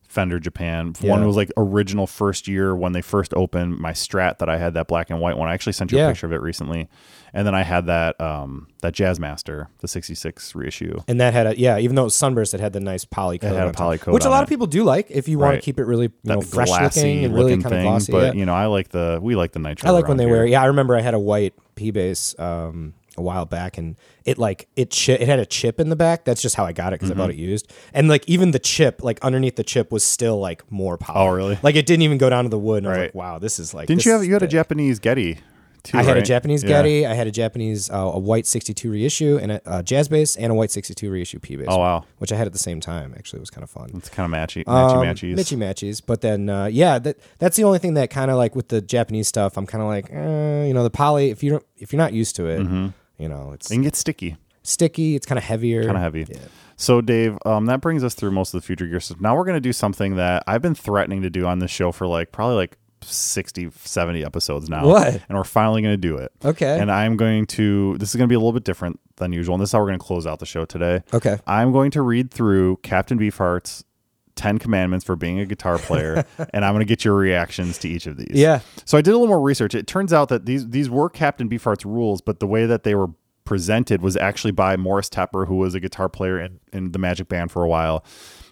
S2: Fender Japan. One
S1: Yeah.
S2: was like original first year when they first opened my Strat that I had that black and white one. I actually sent you a
S1: Yeah.
S2: picture of it recently, and then I had that um that Jazzmaster the '66 reissue.
S1: And that had a yeah, even though it was sunburst, it had the nice poly coat.
S2: had a
S1: on top,
S2: poly coat
S1: which a
S2: on
S1: lot
S2: it.
S1: of people do like if you want
S2: Right.
S1: to keep it really you know
S2: That
S1: fresh looking and really kind of glossy.
S2: but
S1: yeah.
S2: you know I like the we like the nitro.
S1: I like when they
S2: around
S1: wear.
S2: here.
S1: Yeah, I remember I had a white P bass um, a while back, and it like it chi- it had a chip in the back. That's just how I got it because I bought it
S2: Mm-hmm.
S1: used. And like even the chip, like underneath the chip, was still like more power.
S2: Oh, really?
S1: Like it didn't even go down to the wood. And I was
S2: Right.
S1: like, wow, this is like.
S2: Didn't
S1: this
S2: you have
S1: is
S2: you had a
S1: thick.
S2: Japanese Getty? Too,
S1: I had a
S2: right?
S1: Japanese
S2: Yeah.
S1: Getty. I had a Japanese uh, a white '62 reissue and a uh, jazz bass and a white '62 reissue P bass.
S2: Oh wow,
S1: Which I had at the same time. Actually, it was kind of fun.
S2: it's kind of matchy matchy
S1: Um,
S2: matchies.
S1: Mitchy matchies. But then, uh, yeah, that that's the only thing that kind of like with the Japanese stuff, I'm kind of like, eh, you know, the poly. If you don't, if you're not used to it,
S2: Mm-hmm.
S1: you know, it's
S2: It can get sticky.
S1: sticky. It's kind of heavier.
S2: kind of heavy. So, Dave, um, that brings us through most of the future gear stuff. Now we're going to do something that I've been threatening to do on this show for like probably like 60, 70 episodes now.
S1: What?
S2: And we're finally going to do it.
S1: Okay.
S2: And I'm going to, this is going to be a little bit different than usual. And this is how we're going to close out the show today.
S1: Okay.
S2: I'm going to read through Captain Beefheart's 10 commandments for being a
S1: <laughs>
S2: guitar player, and I'm going to get your reactions to each of these.
S1: Yeah.
S2: So I did a little more research. It turns out that these these were Captain Beefheart's rules, but the way that they were presented was actually by Morris Tepper, who was a guitar player in, in the Magic Band for a while.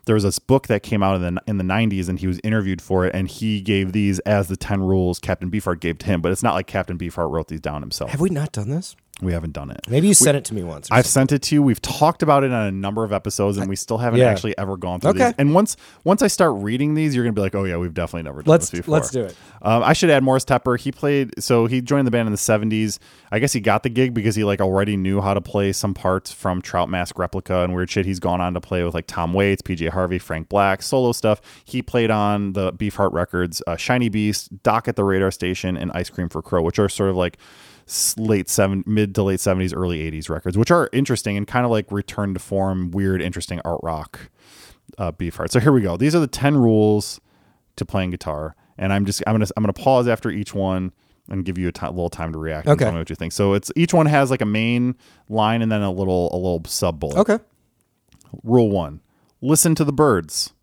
S2: There was this book that came out in the in the 90s, and he was interviewed for it, and he gave these as the 10 rules Captain Beefheart gave to him. But it's not like Captain Beefheart wrote these down himself.
S1: Have we not done this?
S2: We haven't done it.
S1: Maybe you sent it to me once. or
S2: I've sent it to you. We've talked about it on a number of episodes, and we still haven't
S1: Yeah.
S2: actually ever gone through
S1: Okay.
S2: these. And once once I start reading these, you're gonna be like, "Oh yeah, we've definitely never done
S1: Let's-
S2: this before."
S1: let's do it.
S2: Um, I should add Morris Tepper. He played, so he joined the band in the '70s. I guess he got the gig because he like already knew how to play some parts from Trout Mask Replica and weird shit. He's gone on to play with like Tom Waits, PJ Harvey, Frank Black, solo stuff. He played on the Beefheart Records, uh, Shiny Beast, Doc at the Radar Station, and Ice Cream for Crow, which are sort of like s- late seven mid to late 70s early 80s records which are interesting and kind of like return to form weird interesting art rock uh, Beefheart. So here we go. These are the ten rules to playing guitar, and I'm just I'm gonna I'm gonna pause after each one and give you a ti- little time to react. And
S1: Okay.
S2: tell me what you think. So it's each one has like a main line and then a little a little sub bullet.
S1: something. Okay. Oh.
S2: Rule one: Listen to the birds.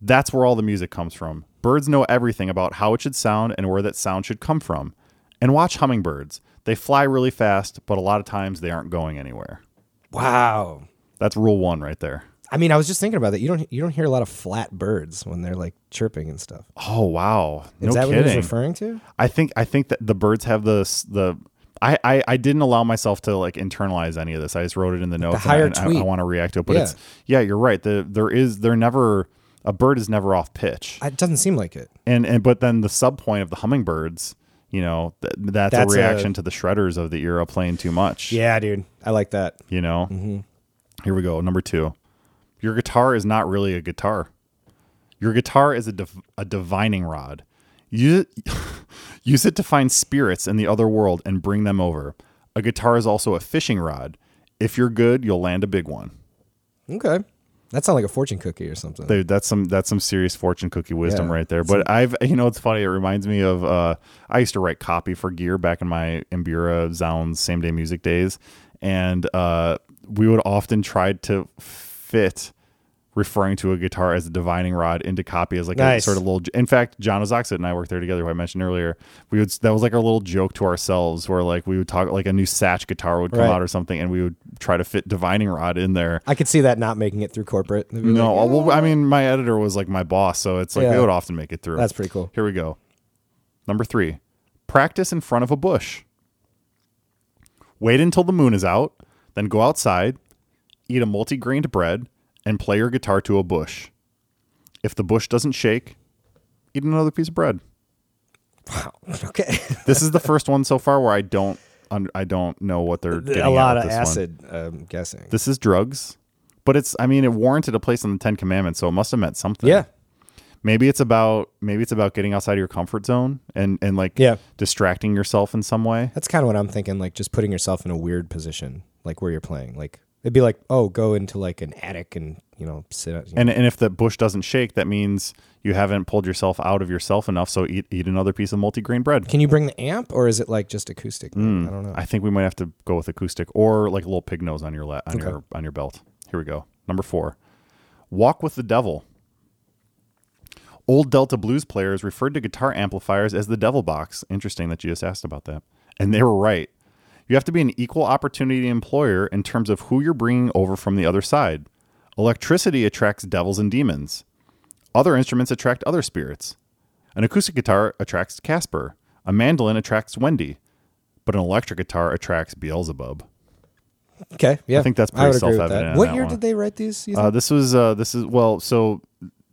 S2: That's where all the music comes from. Birds know everything about how it should sound and where that sound should come from. And watch hummingbirds. They fly really fast, but a lot of times they aren't going anywhere.
S1: Wow.
S2: That's rule one right there.
S1: I mean, I was just thinking about that. You don't you don't hear a lot of flat birds when they're like chirping and stuff.
S2: Oh wow! No
S1: Is that
S2: kidding.
S1: what he was referring to?
S2: I think I think that the birds have the s- the. I, I, I didn't allow myself to like internalize any of this. I just wrote it in the notes. and I-
S1: higher
S2: and I, I,
S1: tweet.
S2: want to react to it, but
S1: Yeah.
S2: it's yeah, you're right. The there is they're never a bird is never off pitch.
S1: It doesn't seem like it.
S2: and and but then the sub point of the hummingbirds, you know, th- that's,
S1: That's
S2: a
S1: a-
S2: reaction to the shredders of the era playing too much.
S1: Yeah, dude. I like that.
S2: you know. Here we go. Number two, your guitar is not really a guitar. Your guitar is a div- a divining rod. You <laughs> use it to find spirits in the other world and bring them over. A guitar is also a fishing rod. If you're good, you'll land a big one.
S1: Okay. That sounds like a fortune cookie or something.
S2: Dude, that's some that's some serious fortune cookie wisdom
S1: Yeah.
S2: right there. But I've you know it's funny. It reminds me of uh, I used to write copy for gear back in my Imbura Zounds same day music days, and uh, we would often try to fit referring to a guitar as a divining rod into copy as like
S1: Nice.
S2: a sort of little. In fact, John Ozoxit and I worked there together, who I mentioned earlier. We would that was like our little joke to ourselves, where like we would talk like a new Satch guitar would come
S1: Right.
S2: out or something, and we would try to fit divining rod in there.
S1: I could see that not making it through corporate. They'd be like,
S2: No, uh, well, I mean, my editor was like my boss, so it's like
S1: Yeah.
S2: they would often make it through.
S1: That's pretty cool.
S2: Here we go. Number three, practice in front of a bush. Wait until the moon is out, then go outside, eat a multi-grained bread, and play your guitar to a bush. If the bush doesn't shake, eat another piece of bread.
S1: <laughs> okay. <laughs>
S2: This is the first one so far where I don't, un- I don't know what they're
S1: <laughs>
S2: getting
S1: a lot of
S2: at with this one.
S1: acid, I'm guessing.
S2: This is drugs, but it's, I mean, it warranted a place in the Ten Commandments, so it must have meant something.
S1: yeah.
S2: maybe it's about maybe it's about getting outside of your comfort zone and and like
S1: Yeah.
S2: distracting yourself in some way
S1: That's kind of what I'm thinking. Like just putting yourself in a weird position, like where you're playing. Like it'd be like, oh, go into like an attic and, you know, sit out. you know.
S2: and and if the bush doesn't shake that means you haven't pulled yourself out of yourself enough so eat eat another piece of multigrain bread
S1: Can you bring the amp or is it like just acoustic? I don't know.
S2: i think we might have to go with acoustic or like a little pig nose on your la- on your on your belt here we go number 4 walk with the devil Old Delta blues players referred to guitar amplifiers as the devil box. Interesting that you just asked about that. And they were right. You have to be an equal opportunity employer in terms of who you're bringing over from the other side. Electricity attracts devils and demons. Other instruments attract other spirits. An acoustic guitar attracts Casper. A mandolin attracts Wendy. But an electric guitar attracts Beelzebub.
S1: Okay. Yeah.
S2: think that's pretty
S1: I would agree with
S2: self-evident
S1: that.
S2: on
S1: What
S2: that
S1: year
S2: one.
S1: did they write these? you
S2: Uh, this was uh, this is well, so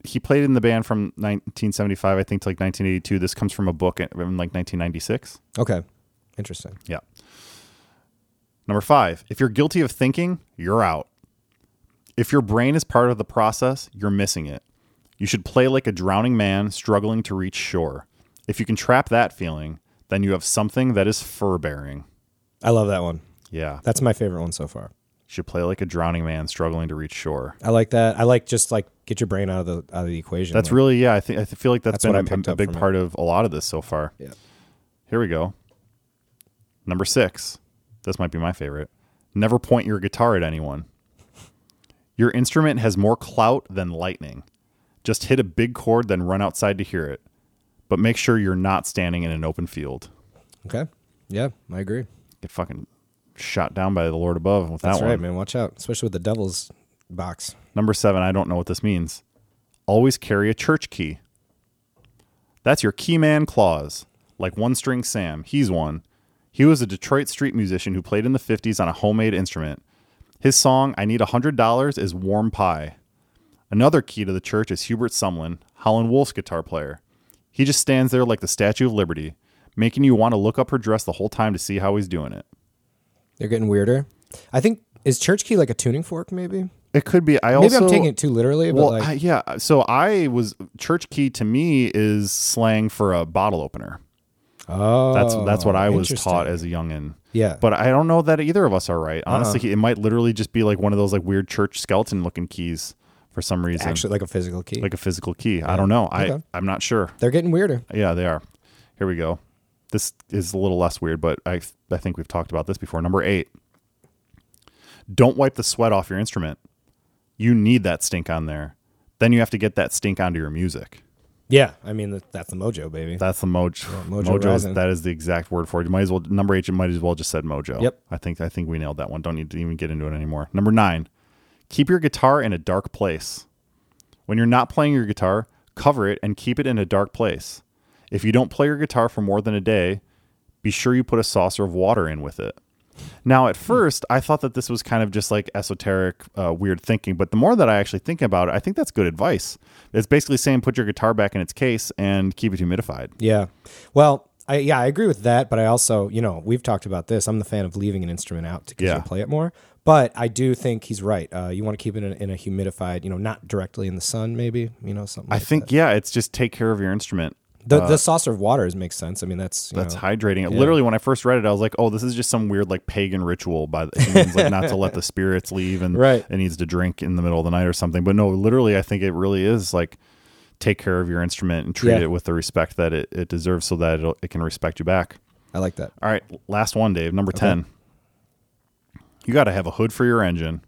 S2: he played in the band from 1975, I think, to like 1982. This comes from a book in, in like 1996.
S1: think? okay. Interesting.
S2: Yeah. Number five, if you're guilty of thinking, you're out. If your brain is part of the process, you're missing it. You should play like a drowning man struggling to reach shore. If you can trap that feeling, then you have something that is fur bearing.
S1: I love that one.
S2: Yeah. You
S1: That's my favorite one so far.
S2: should play like a drowning man struggling to reach shore.
S1: I like that. I like just like get your brain out of the out of the equation.
S2: That's
S1: like,
S2: really yeah. I think I th- feel like
S1: That's
S2: that's
S1: what I
S2: been
S1: picked
S2: a, a
S1: up
S2: big
S1: from it.
S2: part of a lot of this so far.
S1: Yeah.
S2: Here we go. Number six. This might be my favorite. Never point your guitar at anyone. Your instrument has more clout than lightning. Just hit a big chord, then run outside to hear it. But make sure you're not standing in an open field.
S1: okay. Yeah, I agree.
S2: Get fucking shot down by the Lord above with
S1: That's
S2: that
S1: right,
S2: one.
S1: man. Watch out, especially with the devil's box.
S2: Number seven, I don't know what this means. Always carry a church key. That's your key man Claus, like One String Sam. He's one. He was a Detroit street musician who played in the 50s on a homemade instrument. His song, I Need a $100, is Warm Pie. Another key to the church is Hubert Sumlin, Holland Wolf's guitar player. He just stands there like the Statue of Liberty, making you want to look up her dress the whole time to see how he's doing it.
S1: They're getting weirder. I think is church key like a tuning fork? Maybe.
S2: It could be. I
S1: Maybe
S2: also
S1: I'm taking it too literally, but
S2: Well,
S1: like
S2: I, yeah. uh, So I was church key to me is slang for a bottle opener.
S1: oh,
S2: That's that's what I was
S1: interesting. Uh-huh.
S2: taught as a youngin.
S1: Yeah.
S2: But I don't know that either of us are right. Honestly, it might literally just be like one of those like weird church skeleton looking keys for some reason,
S1: Actually, like a physical key.
S2: like a physical key. I don't know. I
S1: Okay.
S2: I'm not sure.
S1: They're getting weirder.
S2: Yeah, they are. Here we go. This is a little less weird, but I I think we've talked about this before. Number eight. Don't wipe the sweat off your instrument. You need that stink on there. Then you have to get that stink onto your music.
S1: Yeah, I mean that- that's the mojo, baby.
S2: That's the mojo.
S1: mojo
S2: mojo
S1: rising.
S2: that is the exact word for it. You might as well number eight. You might as well just said mojo.
S1: Yep.
S2: I think I think we nailed that one. Don't need to even get into it anymore. Number nine. Keep your guitar in a dark place. When you're not playing your guitar, cover it and keep it in a dark place. If you don't play your guitar for more than a day, be sure you put a saucer of water in with it. Now, at first, I thought that this was kind of just like esoteric, uh, weird thinking, but the more that I actually think about it, I think that's good advice. It's basically saying put your guitar back in its case and keep it humidified.
S1: Yeah. Well, I, yeah, I agree with that, but I also, you know, we've talked about this. I'm the fan of leaving an instrument out to 'cause
S2: Yeah.
S1: you play it more. But I do think he's right. Uh, you want to keep it in, in a humidified, you know, not directly in the sun, maybe, you know, something.
S2: I
S1: like
S2: think, yeah, it's just take care of your instrument.
S1: that. the, the saucer of water is, makes sense. I mean, that's you
S2: Uh, That's
S1: know,
S2: hydrating it. Literally, when I first read it, I was like, "Oh, this is just some weird like pagan ritual by the humans, like not to let
S1: <laughs>
S2: the spirits leave and
S1: Right.
S2: it needs to drink in the middle of the night or something." But no, literally, I think it really is like take care of your instrument and treat
S1: Yeah.
S2: it with the respect that it, it deserves, so that it'll, it can respect you back.
S1: I like that.
S2: All right, last one, Dave. Number ten. You got to have a hood for your engine.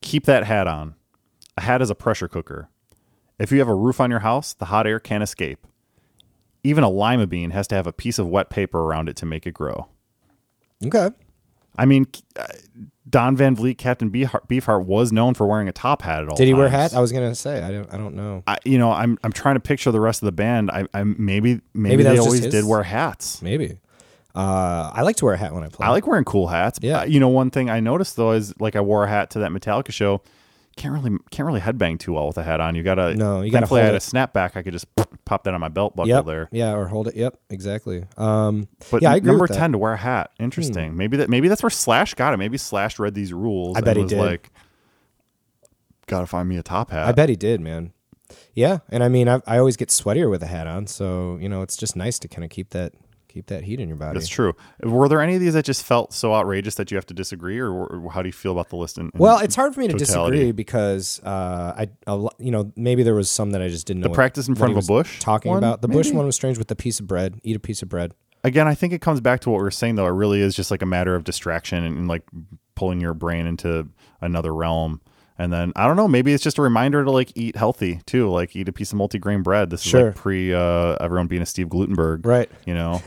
S2: Keep that hat on. A hat is a pressure cooker. If you have a roof on your house, the hot air can't escape. Even a lima bean has to have a piece of wet paper around it to make it grow.
S1: Okay.
S2: I mean, uh, Don Van Vliet, Captain Beefheart, Beefheart was known for wearing a top hat at all.
S1: Did he wear a
S2: times.
S1: hat? I was gonna say I don't. I don't know.
S2: I, you know, I'm I'm trying to picture the rest of the band. I, I maybe
S1: Maybe
S2: maybe,
S1: that was
S2: they
S1: just
S2: always
S1: his-
S2: did wear hats.
S1: Maybe. Uh, I like to wear a hat when I play.
S2: I like wearing cool hats.
S1: Yeah.
S2: Uh, you know, one thing I noticed though is like I wore a hat to that Metallica show. Can't really can't really headbang too well with a hat on. You gotta
S1: No, you gotta
S2: Thankfully, I had
S1: hold
S2: a snapback. I could just pop that on my belt buckle
S1: yep.
S2: there.
S1: Yeah, or hold it. Yep, exactly. Um,
S2: But
S1: yeah, I
S2: n-
S1: agree
S2: number
S1: with that. Hmm.
S2: ten to wear a hat. Interesting. Maybe that maybe that's where Slash got it. Maybe Slash read these rules.
S1: I bet
S2: and
S1: he
S2: was
S1: did.
S2: Like, gotta find me a top hat.
S1: I bet he did, man. Yeah, and I mean, I, I always get sweatier with a hat on, so you know, it's just nice to kind of keep that keep that heat in your body.
S2: That's true. Were there any of these that just felt so outrageous that you have to disagree, or, or how do you feel about the list? In, in
S1: Well, it's hard for me to
S2: totality?
S1: disagree because uh, I, a lo- you know, maybe there was some that I just didn't know. The
S2: practice in front of a bush
S1: Talking
S2: one,
S1: about the bush
S2: maybe?
S1: one was strange with the piece of bread. Eat a piece of bread.
S2: again, I think it comes back to what we were saying though. It really is just like a matter of distraction and, and, like pulling your brain into another realm. And then I don't know, maybe it's just a reminder to like eat healthy too, like eat a piece of multigrain bread. This is
S1: Sure.
S2: like pre uh, everyone being a Steve Glutenberg,
S1: Right.
S2: You know,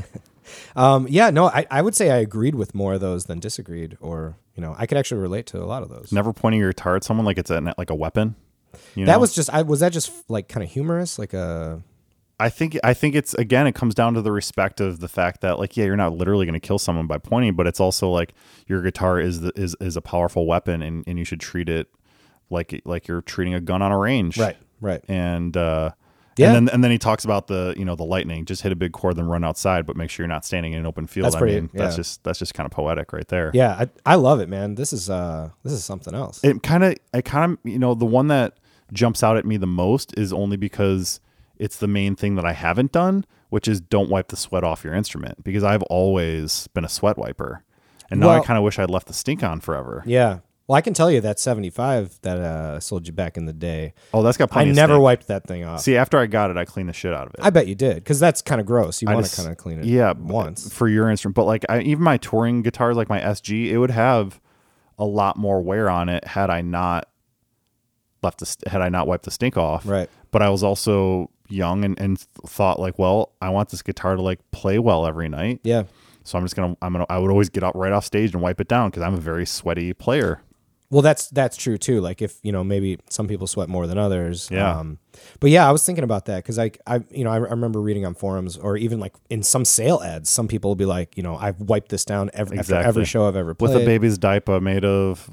S1: Um, yeah, no, I, I would say I agreed with more of those than disagreed, or you know, I could actually relate to a lot of those.
S2: never pointing your guitar at someone like it's a, like a weapon. You know?
S1: That was just I was that just like kind of humorous, like uh, a
S2: I think I think it's again it comes down to the respect of the fact that like yeah you're not literally going to kill someone by pointing but it's also like your guitar is the, is is a powerful weapon and, and you should treat it like like you're treating a gun on a range
S1: right.
S2: and uh
S1: Yeah.
S2: and then and then he talks about the you know the lightning just hit a big chord then run outside but make sure you're not standing in an open field
S1: That's
S2: I
S1: pretty-
S2: mean that's
S1: yeah.
S2: just that's just kind of poetic right there
S1: Yeah, I, I love it, man. This is uh this is something else.
S2: it kind of i kind of you know the one that jumps out at me the most is only because it's the main thing that i haven't done which is don't wipe the sweat off your instrument because i've always been a sweat wiper and now i
S1: Well-
S2: kind of wish i'd left the stink on forever
S1: yeah. Well, I can tell you that 75 that uh I sold you back in the day.
S2: oh that's got
S1: I
S2: plenty of
S1: never
S2: stink.
S1: wiped that thing off.
S2: see after i got it i cleaned the shit out of it
S1: I bet you did cuz that's kind of gross. You want to
S2: just-
S1: kind of clean it
S2: yeah but-
S1: once.
S2: for your instrument but like I, even my touring guitars like my sg it would have a lot more wear on it had i not left the st- had i not wiped the stink off
S1: Right.
S2: but i was also young and, and thought like well i want this guitar to like play well every night
S1: Yeah.
S2: so i'm just gonna i'm gonna i would always get out right off stage and wipe it down because i'm a very sweaty player
S1: Well, that's that's true too. Like if you know, maybe some people sweat more than others. Um,
S2: Yeah.
S1: but yeah, I was thinking about that because I, I, you know, I, I remember reading on forums or even like in some sale ads, some people will be like, you know, I've wiped this down every after
S2: Exactly.
S1: every show I've ever played.
S2: with a baby's diaper made of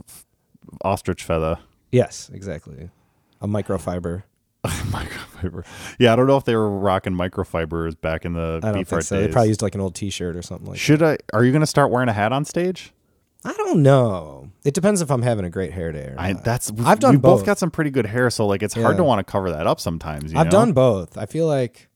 S2: ostrich feather <laughs>
S1: Yes, exactly. A microfiber.
S2: microfiber yeah i don't know if they were rocking microfibers back in the
S1: I don't
S2: beef
S1: think
S2: art
S1: so. They
S2: days
S1: probably used like an old T-shirt or something like.
S2: Should I? Are you going to start wearing a hat on stage?
S1: that. I don't know. It depends if I'm having a great hair day. Or
S2: I
S1: not.
S2: that's we-
S1: I've done
S2: We both
S1: both.
S2: got some pretty good hair, so like it's hard
S1: Yeah.
S2: to want to cover that up sometimes. you
S1: I've
S2: know?
S1: done both. I feel like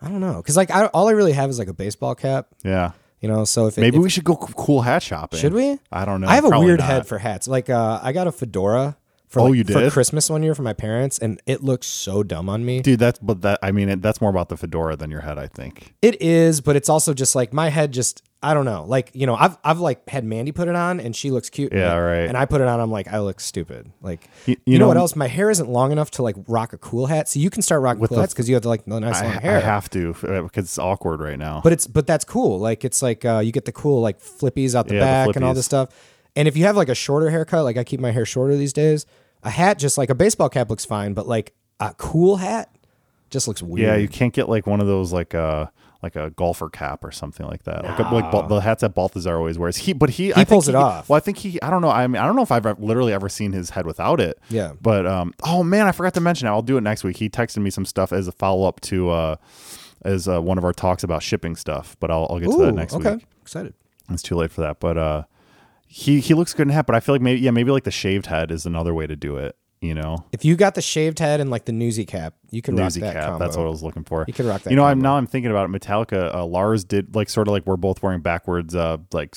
S1: I don't know because like I, all I really have is like a baseball cap,
S2: Yeah,
S1: you know. So if it,
S2: maybe
S1: if-
S2: we should go c- cool hat shopping.
S1: should we?
S2: I don't know.
S1: I have a
S2: Probably
S1: weird
S2: not.
S1: head for hats. Like uh, I got a fedora for
S2: Oh,
S1: like,
S2: you
S1: for
S2: did?
S1: Christmas one year for my parents, and it looks so dumb on me.
S2: dude. That's but that I mean it, that's more about the fedora than your head. I think.
S1: It is, but it's also just like my head just I don't know. Like, you know, I've I've like had Mandy put it on and she looks cute. in
S2: Yeah,
S1: it,
S2: right.
S1: And I put it on, I'm like, I look stupid. Like
S2: Y-
S1: you,
S2: you
S1: know,
S2: know-
S1: what else? My hair isn't long enough to like rock a cool hat. So you can start rocking cool
S2: the-
S1: hats because you have like the nice
S2: I,
S1: long
S2: I
S1: hair.
S2: have to because it's awkward right now.
S1: but it's but that's cool. Like it's like uh, you get the cool like flippies out the
S2: Yeah, the
S1: back and all
S2: flippies.
S1: this stuff. And if you have like a shorter haircut, like I keep my hair shorter these days, a hat just like a baseball cap looks fine, but like a cool hat just looks weird.
S2: yeah, you can't get like one of those like uh like a golfer cap or something like that, like, a, like Bal- the hats that Balthazar always wears. He, but he, he
S1: pulls it off.
S2: Well, I think he. I don't know. I mean, I don't know if I've ever- literally ever seen his head without it.
S1: Yeah.
S2: But um, oh man, I forgot to mention. it. I'll do it next week. He texted me some stuff as a follow up to uh, as uh, one of our talks about shipping stuff. But I'll, I'll get to
S1: Ooh,
S2: that next
S1: okay.
S2: week.
S1: Excited.
S2: It's too late for that, but uh, he he looks good in a hat. But I feel like maybe yeah, maybe like the shaved head is another way to do it. You know,
S1: If you got the shaved head and like the newsy cap, you can
S2: newsy
S1: rock that
S2: cap.
S1: combo.
S2: That's what I was looking for.
S1: You could rock that
S2: You know, I'm now I'm thinking about it. Metallica, uh, Lars did like sort of like we're both wearing backwards, uh, like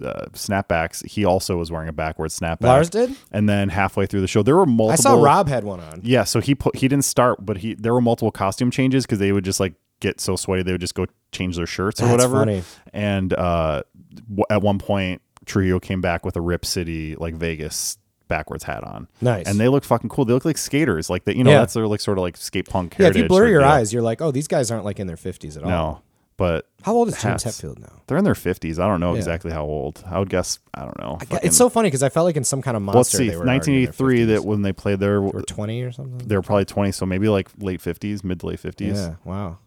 S2: uh, snapbacks. He also was wearing a backwards snapback.
S1: Lars did?
S2: and then halfway through the show, there were multiple.
S1: I saw Rob had one on.
S2: Yeah, so he put he didn't start, but he there were multiple costume changes because they would just like get so sweaty they would just go change their shirts or
S1: That's
S2: whatever.
S1: funny.
S2: And uh, w- at one point, Trujillo came back with a Rip City like Vegas backwards hat on.
S1: Nice.
S2: And they look fucking cool. They look like skaters. Like they, you know,
S1: Yeah.
S2: that's their like sort of like skate punk.
S1: Yeah, if you
S2: heritage
S1: blur
S2: or
S1: your
S2: deal.
S1: eyes, you're like, oh, these guys aren't like in their 50s at all.
S2: no. But
S1: How old is
S2: Hats.
S1: James Hetfield now?
S2: they're in their fifties. I don't know exactly how old. I would guess I don't know.
S1: Yeah,
S2: Fucking-
S1: It's so funny because I felt like in some kind of monster.
S2: let's see,
S1: they were already in their 50s.
S2: 1983. That when they played their,
S1: or 20 or something.
S2: they were probably 20, so maybe like late 50s, mid to late 50s.
S1: Yeah. Wow.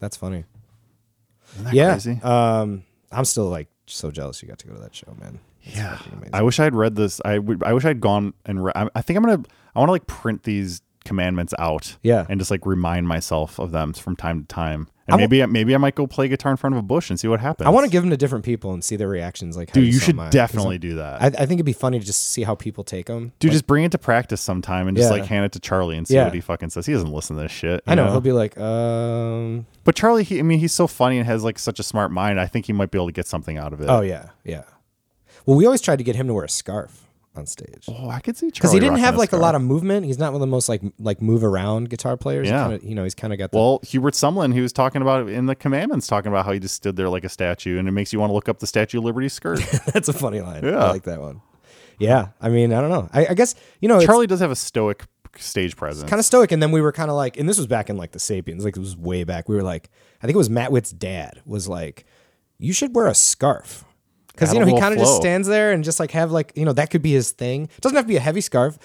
S1: That's funny.
S2: Isn't that
S1: Yeah.
S2: crazy?
S1: Um, I'm still like so jealous you got to go to that show, man.
S2: Yeah,
S1: amazing.
S2: I wish I had read this. I would. I wish I'd gone and. Re- I, I think I'm gonna. I want to like print these commandments out.
S1: Yeah.
S2: and just like remind myself of them from time to time.
S1: I
S2: And
S1: wa-
S2: maybe I maybe I might go play guitar in front of a bush and see what happens.
S1: I want to give them to different people and see their reactions. Like, how
S2: Dude,
S1: you,
S2: you
S1: saw
S2: should
S1: mine, uh, 'cause
S2: definitely do that.
S1: I, I think it'd be funny to just see how people take them.
S2: Dude, just bring it to practice sometime and just
S1: Yeah.
S2: like hand it to Charlie and see
S1: Yeah.
S2: what he fucking says. He doesn't listen to this shit.
S1: I
S2: you
S1: know he'll be like, um,
S2: but Charlie, he, I mean, he's so funny and has like such a smart mind. I think he might be able to get something out of it.
S1: oh yeah, yeah. Well, we always tried to get him to wear a scarf on stage.
S2: Oh, I could see Charlie
S1: because he didn't
S2: rocking
S1: have like a
S2: scarf.
S1: lot of movement. He's not one of the most like m- like move around guitar players. He
S2: Yeah.
S1: kinda- you know, he's kind of got the
S2: Well, Hubert Sumlin, he was talking about in the commandments, talking about how he just stood there like a statue, and it makes you want to look up the Statue of
S1: <laughs>
S2: Liberty skirt.
S1: <laughs> that's a funny line. I
S2: Yeah.
S1: like that one. Yeah, I mean, I don't know. I, I guess you know, it's
S2: Charlie does have a stoic stage presence.
S1: kind of stoic. And then we were kind of like, and this was back in like the Sapiens, like it was way back. We were like, I think it was Matt Witt's dad was like, you should wear a scarf. Because
S2: Have
S1: you
S2: a
S1: know he
S2: little
S1: kind of just
S2: flow.
S1: stands there and just like have like you know that could be his thing. It doesn't have to be a heavy scarf,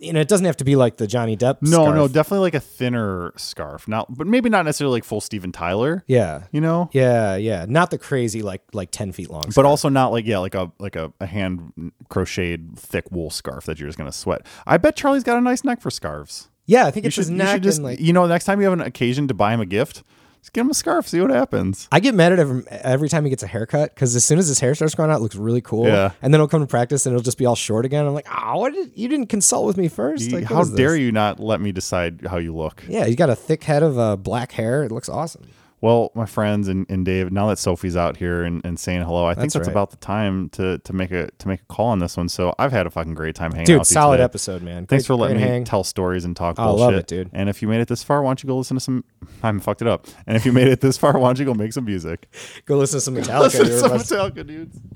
S1: you know. It doesn't have to be like the Johnny Depp.
S2: no,
S1: scarf.
S2: no, definitely like a thinner scarf. Not, but maybe not necessarily like full Steven Tyler.
S1: yeah,
S2: you know.
S1: yeah, yeah. Not the crazy like like ten feet long.
S2: But also not like yeah, like a like a, a hand crocheted thick wool scarf that you're just gonna sweat. I bet Charlie's got a nice neck for scarves.
S1: Yeah, I think it's
S2: You
S1: his
S2: should, you
S1: neck
S2: should just
S1: and like
S2: you know next time you have an occasion to buy him a gift, just get him a scarf. See what happens.
S1: I get mad at him every time he gets a haircut because as soon as his hair starts growing out, it looks really cool.
S2: Yeah.
S1: And then he'll come to practice and it'll just be all short again. I'm like, oh, what did, you didn't consult with me first. Like,
S2: How dare you not let me decide how you look?
S1: Yeah, he's got a thick head of uh, black hair. It looks awesome.
S2: Well, my friends and, and Dave, now that Sophie's out here and, and saying hello, I think
S1: That's
S2: that's
S1: right.
S2: about the time to to make a to make a call on this one. So I've had a fucking great time hanging out
S1: Dude,
S2: with
S1: solid
S2: you today.
S1: episode, man. Great-
S2: Thanks for letting me
S1: great hang.
S2: tell stories and talk
S1: I
S2: bullshit.
S1: love it, dude.
S2: And if you made it this far, why don't you go listen to some <laughs> I'm fucked it up. And if you made it this far, why don't you go make some music? <laughs>
S1: Go listen to some Metallica. You
S2: listen to
S1: were
S2: some
S1: about to-
S2: Metallica dudes.